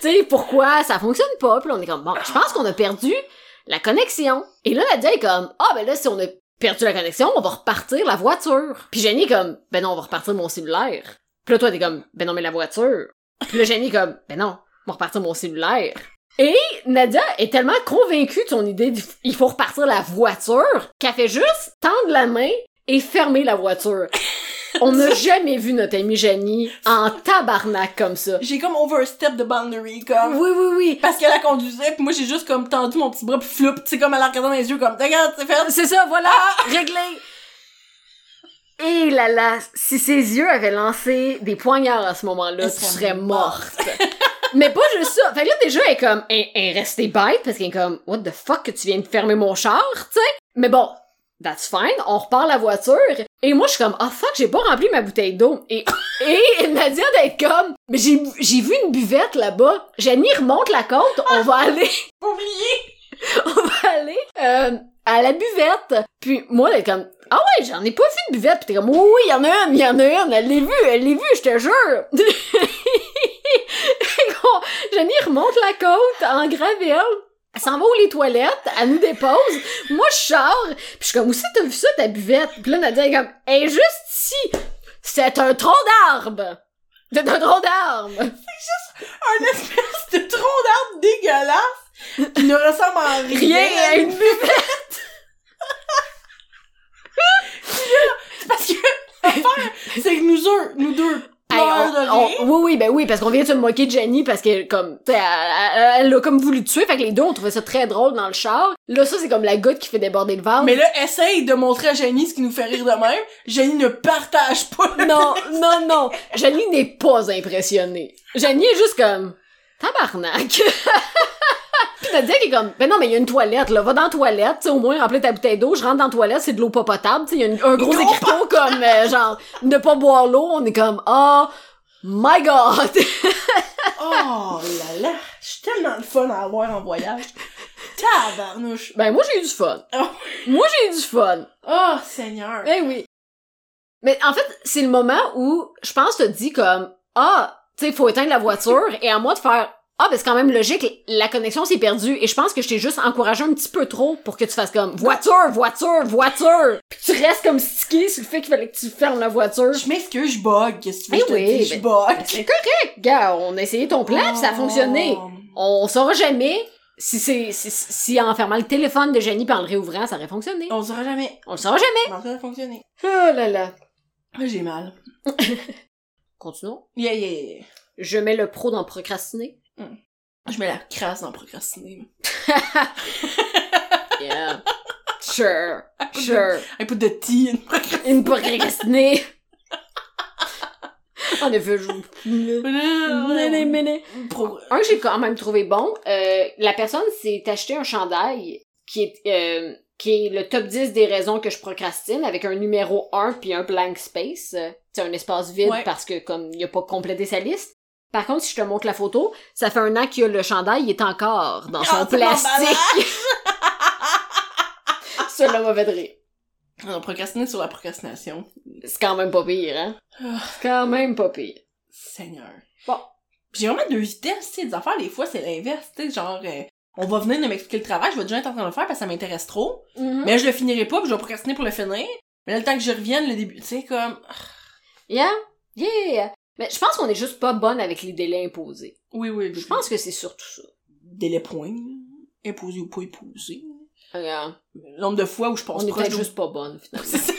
sais, pourquoi ça fonctionne pas? Puis là, on est comme, bon, je pense qu'on a perdu la connexion. Et là, Nadia est comme, ah, ben là, si on a perdu la connexion, on va repartir la voiture. Puis Jenny est comme, ben non, on va repartir mon cellulaire. Puis là, toi, t'es comme, ben non, mais la voiture. Puis là, Jenny est comme, ben non, on va repartir mon cellulaire. Et Nadia est tellement convaincue de son idée du- il faut repartir la voiture qu'elle fait juste tendre la main et fermer la *laughs* voiture. On n'a jamais vu notre amie Jenny en tabarnak comme ça.
J'ai comme overstep de boundary, comme.
Oui, oui, oui.
Parce qu'elle la conduisait, pis moi j'ai juste comme tendu mon petit bras pis floup, tu sais, comme elle la regardant dans les yeux, comme, regarde, c'est fait. Ah!
C'est ça, voilà, réglé. Et Eh là là, si ses yeux avaient lancé des poignards à ce moment-là,
Elle
tu
serait
serais morte. Mais pas juste ça. Fait que là, déjà, elle est comme, elle, elle est restée bête parce qu'elle est comme, what the fuck que tu viens de fermer mon char, tu sais. Mais bon, that's fine, on repart la voiture. Et moi, je suis comme, ah fuck, j'ai pas rempli ma bouteille d'eau. Et, et Nadia d'être comme, mais j'ai, bu- j'ai vu une buvette là-bas. Jenny remonte la côte, on va aller
Oublié!
*laughs* on va aller euh, à la buvette. Puis moi, elle est comme, ah ouais, j'en ai pas vu de buvette. Puis t'es comme, oui, oui, il y en a une, il y en a une, elle l'a vue, elle l'a vue, je te jure. *laughs* Fait qu'on- Jenny remonte la côte en gravelle. Elle s'en va où les toilettes, elle nous dépose. Moi, je sors, puis je suis comme, où c'est que t'as vu ça, ta buvette? Puis là, Nadia est comme, hey, juste ici, c'est un tronc d'arbre! C'est un tronc d'arbre!
Un espèce de tronc d'arbre dégueulasse qui ne ressemble en rien.
Rien à une buvette!
Parce que l'affaire, c'est que nous deux, nous deux,
Hey,
pleurent de
on-
rire.
on- oui, oui, ben oui, parce qu'on vient de se moquer de Jenny parce que comme, tu sais, elle, elle- elle a comme voulu le tuer, fait que les deux on trouvait ça très drôle dans le char. Là, ça c'est comme la goutte qui fait déborder le ventre.
Mais là, essaye de montrer à Jenny ce qui nous fait rire de même. Jenny ne partage pas
*laughs*
le
non, non, non, Jenny n'est pas impressionnée. Jenny est juste comme tabarnak. *laughs* Puis Nadia qui est comme, ben non, mais il y a une toilette, là, va dans la toilette, tu sais, au moins remplis ta bouteille d'eau, je rentre dans la toilette, c'est de l'eau pas potable, tu sais, il y a une- un gros
Gros
écriteau comme, euh, genre, ne pas boire l'eau, on est comme, oh my god.
*laughs* Oh là là, je suis tellement le fun à avoir en voyage. Tabarnouche.
Ben moi j'ai eu du fun.
Oh.
Moi j'ai eu du fun.
Oh Seigneur.
Ben oui. Mais en fait, c'est le moment où je pense te dis comme ah, tu sais, faut éteindre la voiture et à moi de faire ah, ben c'est quand même logique, la connexion s'est perdue et je pense que je t'ai juste encouragé un petit peu trop pour que tu fasses comme voiture, voiture, voiture. Puis tu restes comme stické sur le fait qu'il fallait que tu fermes la voiture.
Je m'excuse, je bug. Qu'est-ce que tu
Eh
veux que je te
oui,
dise, je bug.
C'est correct, gars, on a essayé ton plan, puis ça a fonctionné.
Oh.
On saura jamais si c'est si, si, si en fermant le téléphone de Jenny puis en le réouvrant, ça aurait fonctionné.
On saura jamais.
On le saura jamais.
Mais en tout cas, ça a fonctionné.
Oh là là.
Ah, J'ai mal.
Continuons.
Yeah, yeah, yeah.
Je mets le pro dans procrastiner.
Je mets la crasse dans procrastiner.
Yeah. sure. Sure.
Un peu de tea. *laughs* Procrastiner.
Une procrastiner. En effet, je... Néné, néné.
Pro-
Un que j'ai quand même trouvé bon, euh, la personne s'est acheté un chandail qui est, euh, qui est le top 10 des raisons que je procrastine avec un numéro 1 puis un blank space. Euh, C'est un espace vide
Ouais.
parce que comme il a pas complété sa liste. Par contre, si je te montre la photo, ça fait un an qu'il y a le chandail, il est encore dans son
Ah, c'est
*laughs*
mon
plastique. C'est le mauvais de rire.
On a procrastiné sur la procrastination.
C'est quand même pas pire, hein?
Ah.
C'est quand même pas pire.
Seigneur.
Bon.
Puis j'ai vraiment deux vitesses, tu sais, des affaires, des fois, c'est l'inverse, tu sais, genre, euh, on va venir de m'expliquer le travail, je vais déjà être en train de le faire parce que ça m'intéresse trop, mais je le finirai pas, puis je vais procrastiner pour le finir, mais là, le temps que je revienne, le début, tu sais, comme, ah,
Yeah? Yeah! Mais je pense qu'on est juste pas bonne avec les délais imposés.
oui, oui,
Je pense que c'est surtout ça.
délai point, imposé ou pas imposé,
Regarde.
le nombre de fois où je pense
On est peut-être juste pas bonne, finalement.
C'est ça.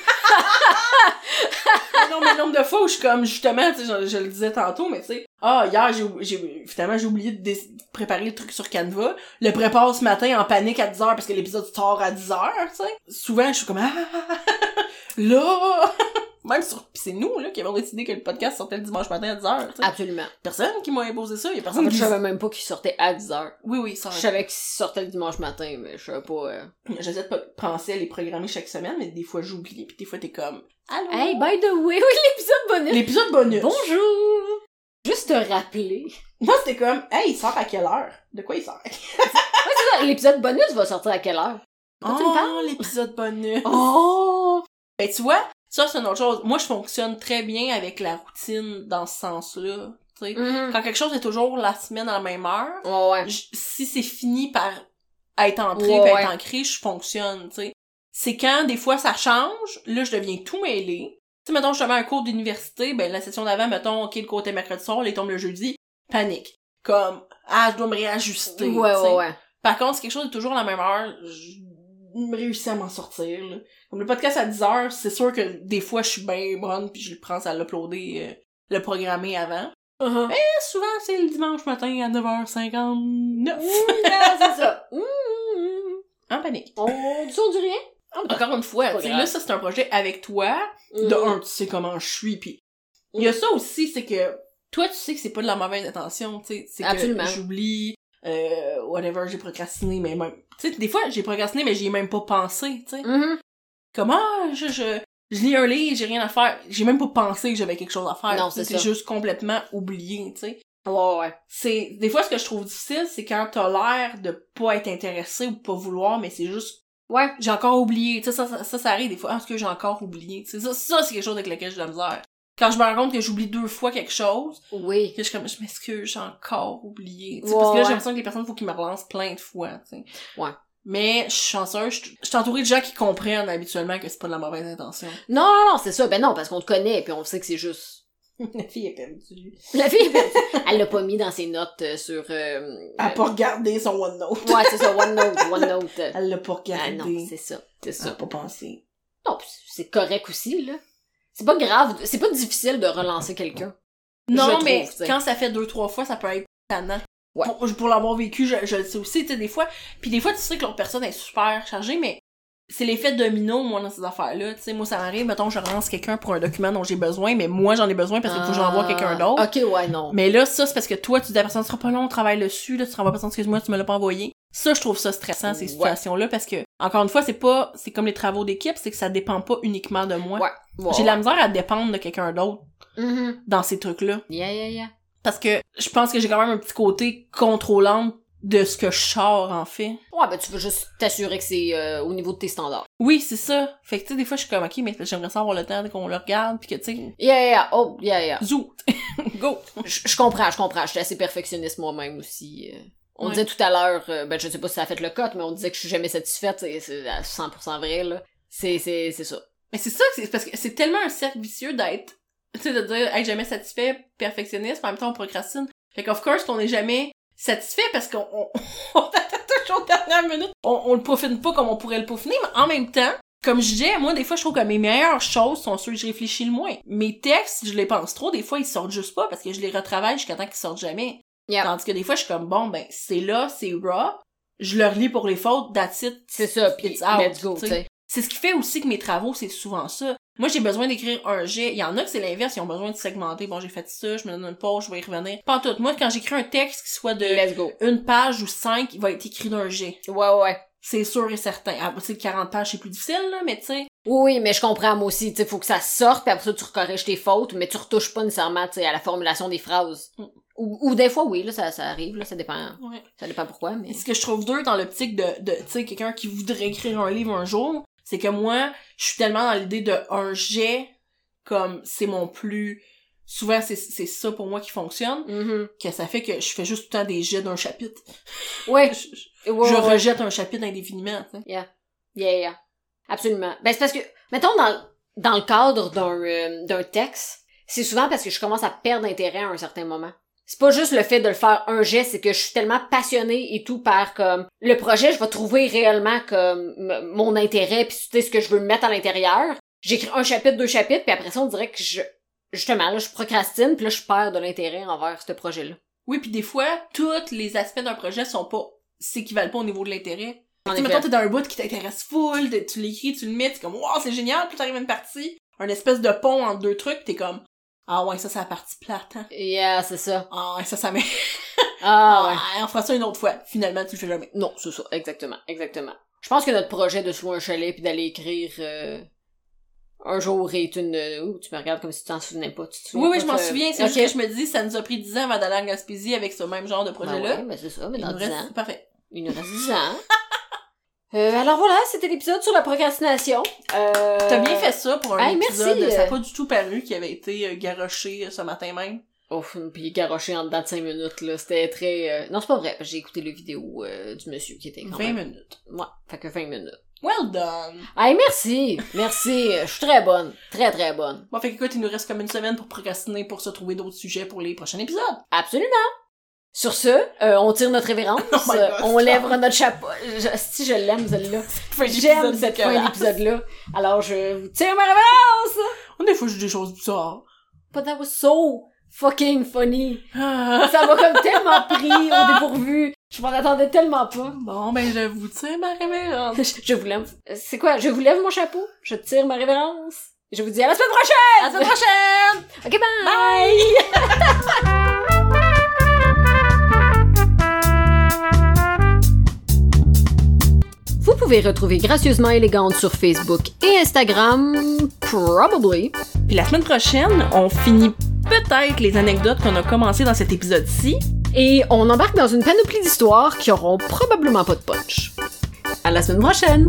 non, *laughs* mais le nombre de fois où je suis comme, justement, tu sais, je, je le disais tantôt, mais tu sais, ah, hier, j'ai, ou- j'ai, finalement, j'ai oublié de dé- préparer le truc sur Canva, le prépare ce matin en panique à 10h parce que l'épisode sort à 10h, tu sais. Souvent, je suis comme, ah, *laughs* là, *laughs* même sur, pis c'est nous, là, qui avons décidé que le podcast sortait le dimanche matin à 10h, tu sais.
Absolument.
Ah, Personne qui m'a imposé ça, y a
En
personne
fait,
qui...
je savais même pas qu'il sortait à 10 heures.
Oui, oui, ça
Je savais qu'il sortait le dimanche matin, mais je savais pas... euh,
J'essaie de pas penser à les programmer chaque semaine, mais des fois, j'oublie, pis des fois, t'es comme, allô?
Hey, by the way, oui, *laughs* l'épisode bonus!
L'épisode bonus.
Bonjour! Juste te *laughs* rappeler.
Moi, c'était comme, hey, il sort à quelle heure? De quoi il sort?
L'épisode bonus va sortir à quelle heure? Quand tu me
*laughs* Oh, l'épisode bonus.
Oh!
Ben, tu vois, ça, c'est une autre chose. Moi, je fonctionne très bien avec la routine dans ce sens-là. tu
Mm.
sais.
Mm-hmm.
Quand quelque chose est toujours la semaine à la même heure,
Ouais, ouais.
je- si c'est fini par être entré
Ouais,
pis
ouais.
être ancré, je fonctionne, tu sais. C'est quand, des fois, ça change, là, je deviens tout mêlé. Tu sais, mettons, je te mets un cours d'université, ben, la session d'avant, mettons, OK, le cours était mercredi soir, là, il tombe le jeudi, panique. Comme, ah, je dois me réajuster,
Ouais,
tu sais.
ouais, ouais.
Par contre, si quelque chose est toujours à la même heure, je me réussis à m'en sortir. là. Comme le podcast à 10 heures, c'est sûr que des fois, je suis bien bonne puis je le prends à l'uploader, euh, le programmer avant.
Hey,
Mais souvent, c'est le dimanche matin à 9h59.
là, c'est ça. *laughs* Mmh, mmh, mmh.
En panique.
On dit on dit rien?
Encore une fois,
pas
tu sais,
grave.
là, ça, c'est un projet avec toi. De un, tu sais comment je suis, puis il y a ça aussi, c'est que toi, tu sais que c'est pas de la mauvaise intention, tu sais, c'est
Absolument.
que j'oublie, euh, whatever, j'ai procrastiné, mais même, tu sais, des fois, j'ai procrastiné, mais j'y ai même pas pensé, tu sais.
Mhm.
comment ah, je, je, je lis un livre, j'ai rien à faire. J'ai même pas pensé que j'avais quelque chose à faire.
Non,
Tu sais,
c'est
C'est
ça.
juste complètement oublié, tu sais.
Ouais, ouais.
C'est, des fois, ce que je trouve difficile, c'est quand t'as l'air de pas être intéressé ou pas vouloir, mais c'est juste,
Ouais.
j'ai encore oublié, tu sais, ça, ça, ça, ça arrive des fois. Ah, est-ce que j'ai encore oublié? Tu sais, ça, ça, c'est quelque chose avec lequel j'ai de la misère. Quand je me rends compte que j'oublie deux fois quelque chose,
Oui.
que je suis comme, je m'excuse, j'ai encore oublié. Tu sais,
Ouais,
parce que là, j'ai
ouais.
l'impression que les personnes, faut qu'ils me relancent plein de fois, tu sais.
Ouais.
Mais, je suis chanceuse, je je suis entourée de gens qui comprennent habituellement que c'est pas de la mauvaise intention.
Non, non, non, c'est ça. Ben non, parce qu'on te connaît, puis on sait que c'est juste...
La fille est perdue.
La fille, est perdue. elle l'a pas mis dans ses notes euh, sur... euh,
Elle a pas regardé son OneNote.
Ouais, c'est ça, OneNote, OneNote.
Elle l'a pas
Ah
regardé.
non, c'est ça, c'est
Elle a
ça.
pas pensé.
Non, pis c'est correct aussi, là. C'est pas grave, c'est pas difficile de relancer quelqu'un.
Non,
trouve,
mais
tu sais.
quand ça fait deux, trois fois, ça peut être tannant.
Ouais.
Pour, pour l'avoir vécu, je, je le sais aussi, tu sais, des fois. Puis des fois, tu sais que l'autre personne est super chargée, mais c'est l'effet domino, moi, dans ces affaires-là. Tu sais, moi, ça m'arrive, mettons, je relance quelqu'un pour un document dont j'ai besoin, mais moi, j'en ai besoin parce qu'il faut que j'envoie quelqu'un d'autre.
Ah, Ok, ouais, non.
Mais là, ça, c'est parce que toi, tu dis à la personne, ce sera pas long, on travaille dessus, là, tu te renvoies personne, excuse-moi, tu me l'as pas envoyé. Ça, je trouve ça stressant, ces
Ouais.
situations-là, parce que, encore une fois, c'est pas, c'est comme les travaux d'équipe, c'est que ça dépend pas uniquement de moi.
Ouais. Ouais,
J'ai de la misère à dépendre de quelqu'un d'autre
Mhm.
dans ces trucs-là.
Yeah, yeah, yeah.
Parce que je pense que j'ai quand même un petit côté contrôlant de ce que je sors, en fait.
Ouais, ben tu veux juste t'assurer que c'est euh, au niveau de tes standards.
Oui, c'est ça. Fait que, tu sais, des fois, je suis comme, ok, mais j'aimerais ça avoir le temps qu'on le regarde, puis que, tu sais,
Yeah, yeah, yeah. oh, yeah,
*laughs*
yeah.
zou, go!
Je je comprends, je comprends. Je suis assez perfectionniste moi-même aussi. euh. On
Ouais.
disait tout à l'heure, euh, ben je sais pas si ça a fait le cote, mais on disait que je suis jamais satisfaite, et c'est à 100% vrai, là. C'est, c'est, c'est ça.
Mais c'est ça, que c'est parce que c'est tellement un cercle vicieux d'être, tu sais, de dire, hey, jamais satisfait, perfectionniste, mais en même temps, on procrastine. Fait qu'of course, qu'on est jamais satisfait parce qu'on on, *laughs* on attend toujours la dernière minute. On, on le peaufine pas comme on pourrait le peaufiner, mais en même temps, comme je disais, moi, des fois, je trouve que mes meilleures choses sont ceux que je réfléchis le moins. Mes textes, je les pense trop, des fois, ils sortent juste pas parce que je les retravaille jusqu'à temps qu'ils sortent jamais.
Yeah.
Tandis que des fois, je suis comme, bon, ben, c'est là, c'est raw, je le relis pour les fautes, that's it,
C'est ça, pis
It's out,
let's go,
tu sais.
tu sais.
c'est ce qui fait aussi que mes travaux, c'est souvent ça. Moi, j'ai besoin d'écrire un jet. Il y en a que c'est l'inverse, ils ont besoin de segmenter. Bon, j'ai fait ça, je me donne une pause, je vais y revenir. Pas en tout. Moi, quand j'écris un texte qui soit de
Let's go.
une page ou cinq, il va être écrit d'un jet.
Ouais, ouais, ouais.
C'est sûr et certain. Ah, tu sais, 40 pages, c'est plus difficile, là, mais tu sais.
Oui, oui, mais je comprends, moi aussi. Tu sais, faut que ça sorte, puis après ça, tu corriges tes fautes, mais tu retouches pas nécessairement, tu sais, à la formulation des phrases.
Mm.
Ou, ou des fois, oui, là, ça, ça arrive, là, ça dépend.
Ouais.
Ça dépend pourquoi, mais.
Et ce que je trouve dur dans l'optique de, de tu sais, quelqu'un qui voudrait écrire un livre un jour, c'est que moi, je suis tellement dans l'idée de un jet, comme c'est mon plus... Souvent, c'est c'est ça pour moi qui fonctionne,
Mhm.
que ça fait que je fais juste tout le temps des jets d'un chapitre. *laughs*
Ouais.
Je, je-
Ouais, ouais,
je
ouais.
rejette un chapitre indéfiniment. tu sais.
Yeah, yeah. Absolument. Ben, c'est parce que, mettons, dans, dans le cadre d'un, euh, d'un texte, c'est souvent parce que je commence à perdre intérêt à un certain moment. C'est pas juste le fait de le faire un geste, c'est que je suis tellement passionnée et tout par comme le projet, je vais trouver réellement comme m- mon intérêt puis tu sais ce que je veux mettre à l'intérieur. J'écris un chapitre, deux chapitres, puis après ça on dirait que je justement là, je procrastine, puis là je perds de l'intérêt envers ce projet-là.
Oui, puis des fois, tous les aspects d'un projet sont pas s'équivalent pas au niveau de l'intérêt.
En
Tu sais,
effet.
mettons, t'es dans un bout qui t'intéresse full, t'es- tu l'écris, tu le mets, t'es comme « Wow, c'est génial! » Puis t'arrives à une partie, un espèce de pont entre deux trucs, t'es comme « Ah ouais, ça, c'est la partie plate, hein.
Yeah, c'est ça.
Ah ouais, ça, ça met...
Ah ouais.
Ah, on fera ça une autre fois. » Finalement, tu le fais jamais.
Non, c'est ça, exactement, exactement. Je pense que notre projet de se louer un chalet puis d'aller écrire euh, un jour est une. euh, ouh, tu me regardes comme si tu t'en souvenais pas. Tu te souviens
Oui, oui,
pas
je m'en
de-
souviens. C'est
Ok.
juste que je me dis, ça nous a pris 10 ans avant d'aller en Gaspésie avec ce même genre de
Ben
projet-là.
ouais, ben c'est ça, mais
Il
dans
nous
10 ans.
reste... Parfait.
Il nous reste 10 ans. *laughs* Euh, alors voilà, c'était l'épisode sur la procrastination. Euh,
T'as bien fait ça pour un
hey, merci,
épisode. Ça
euh.
a pas du tout paru qui avait été euh, garoché euh, ce matin même.
Ouf, puis garoché en dedans de 5 minutes, là. C'était très. euh, Non, c'est pas vrai, parce que j'ai écouté le vidéo euh, du monsieur qui était quand
20
même.
minutes.
Ouais, fait que 20 minutes.
Well done!
Hey, merci! Merci! Je suis très bonne. Très, très bonne.
Bon, fait que, écoute, il nous reste comme une semaine pour procrastiner pour se trouver d'autres sujets pour les prochains épisodes.
Absolument. Sur ce, euh, on tire
*laughs*
notre révérence,
Oh my
euh,
God.
on lève notre chapeau. Je- si je l'aime celle-là,
Fait que
j'aime
l'épisode
cette
du
fin
Coran.
d'épisode-là. Alors je vous tire ma révérence.
On des fois, je dis des choses bizarres.
But that was so fucking funny.
Ah.
Ça m'a comme tellement pris au dépourvu. Je m'en attendais tellement pas.
Bon, ben, je vous tiens ma révérende.
Je, je vous lève. C'est quoi Je vous lève mon chapeau. Je tire ma révérence. Je vous dis à la semaine prochaine.
À la semaine prochaine!
Ok bye.
Bye!
Vous pouvez retrouver Gracieusement élégante sur Facebook et Instagram, probably.
Puis la semaine prochaine, on finit peut-être les anecdotes qu'on a commencées dans cet épisode-ci.
Et on embarque dans une panoplie d'histoires qui auront probablement pas de punch. À la semaine prochaine!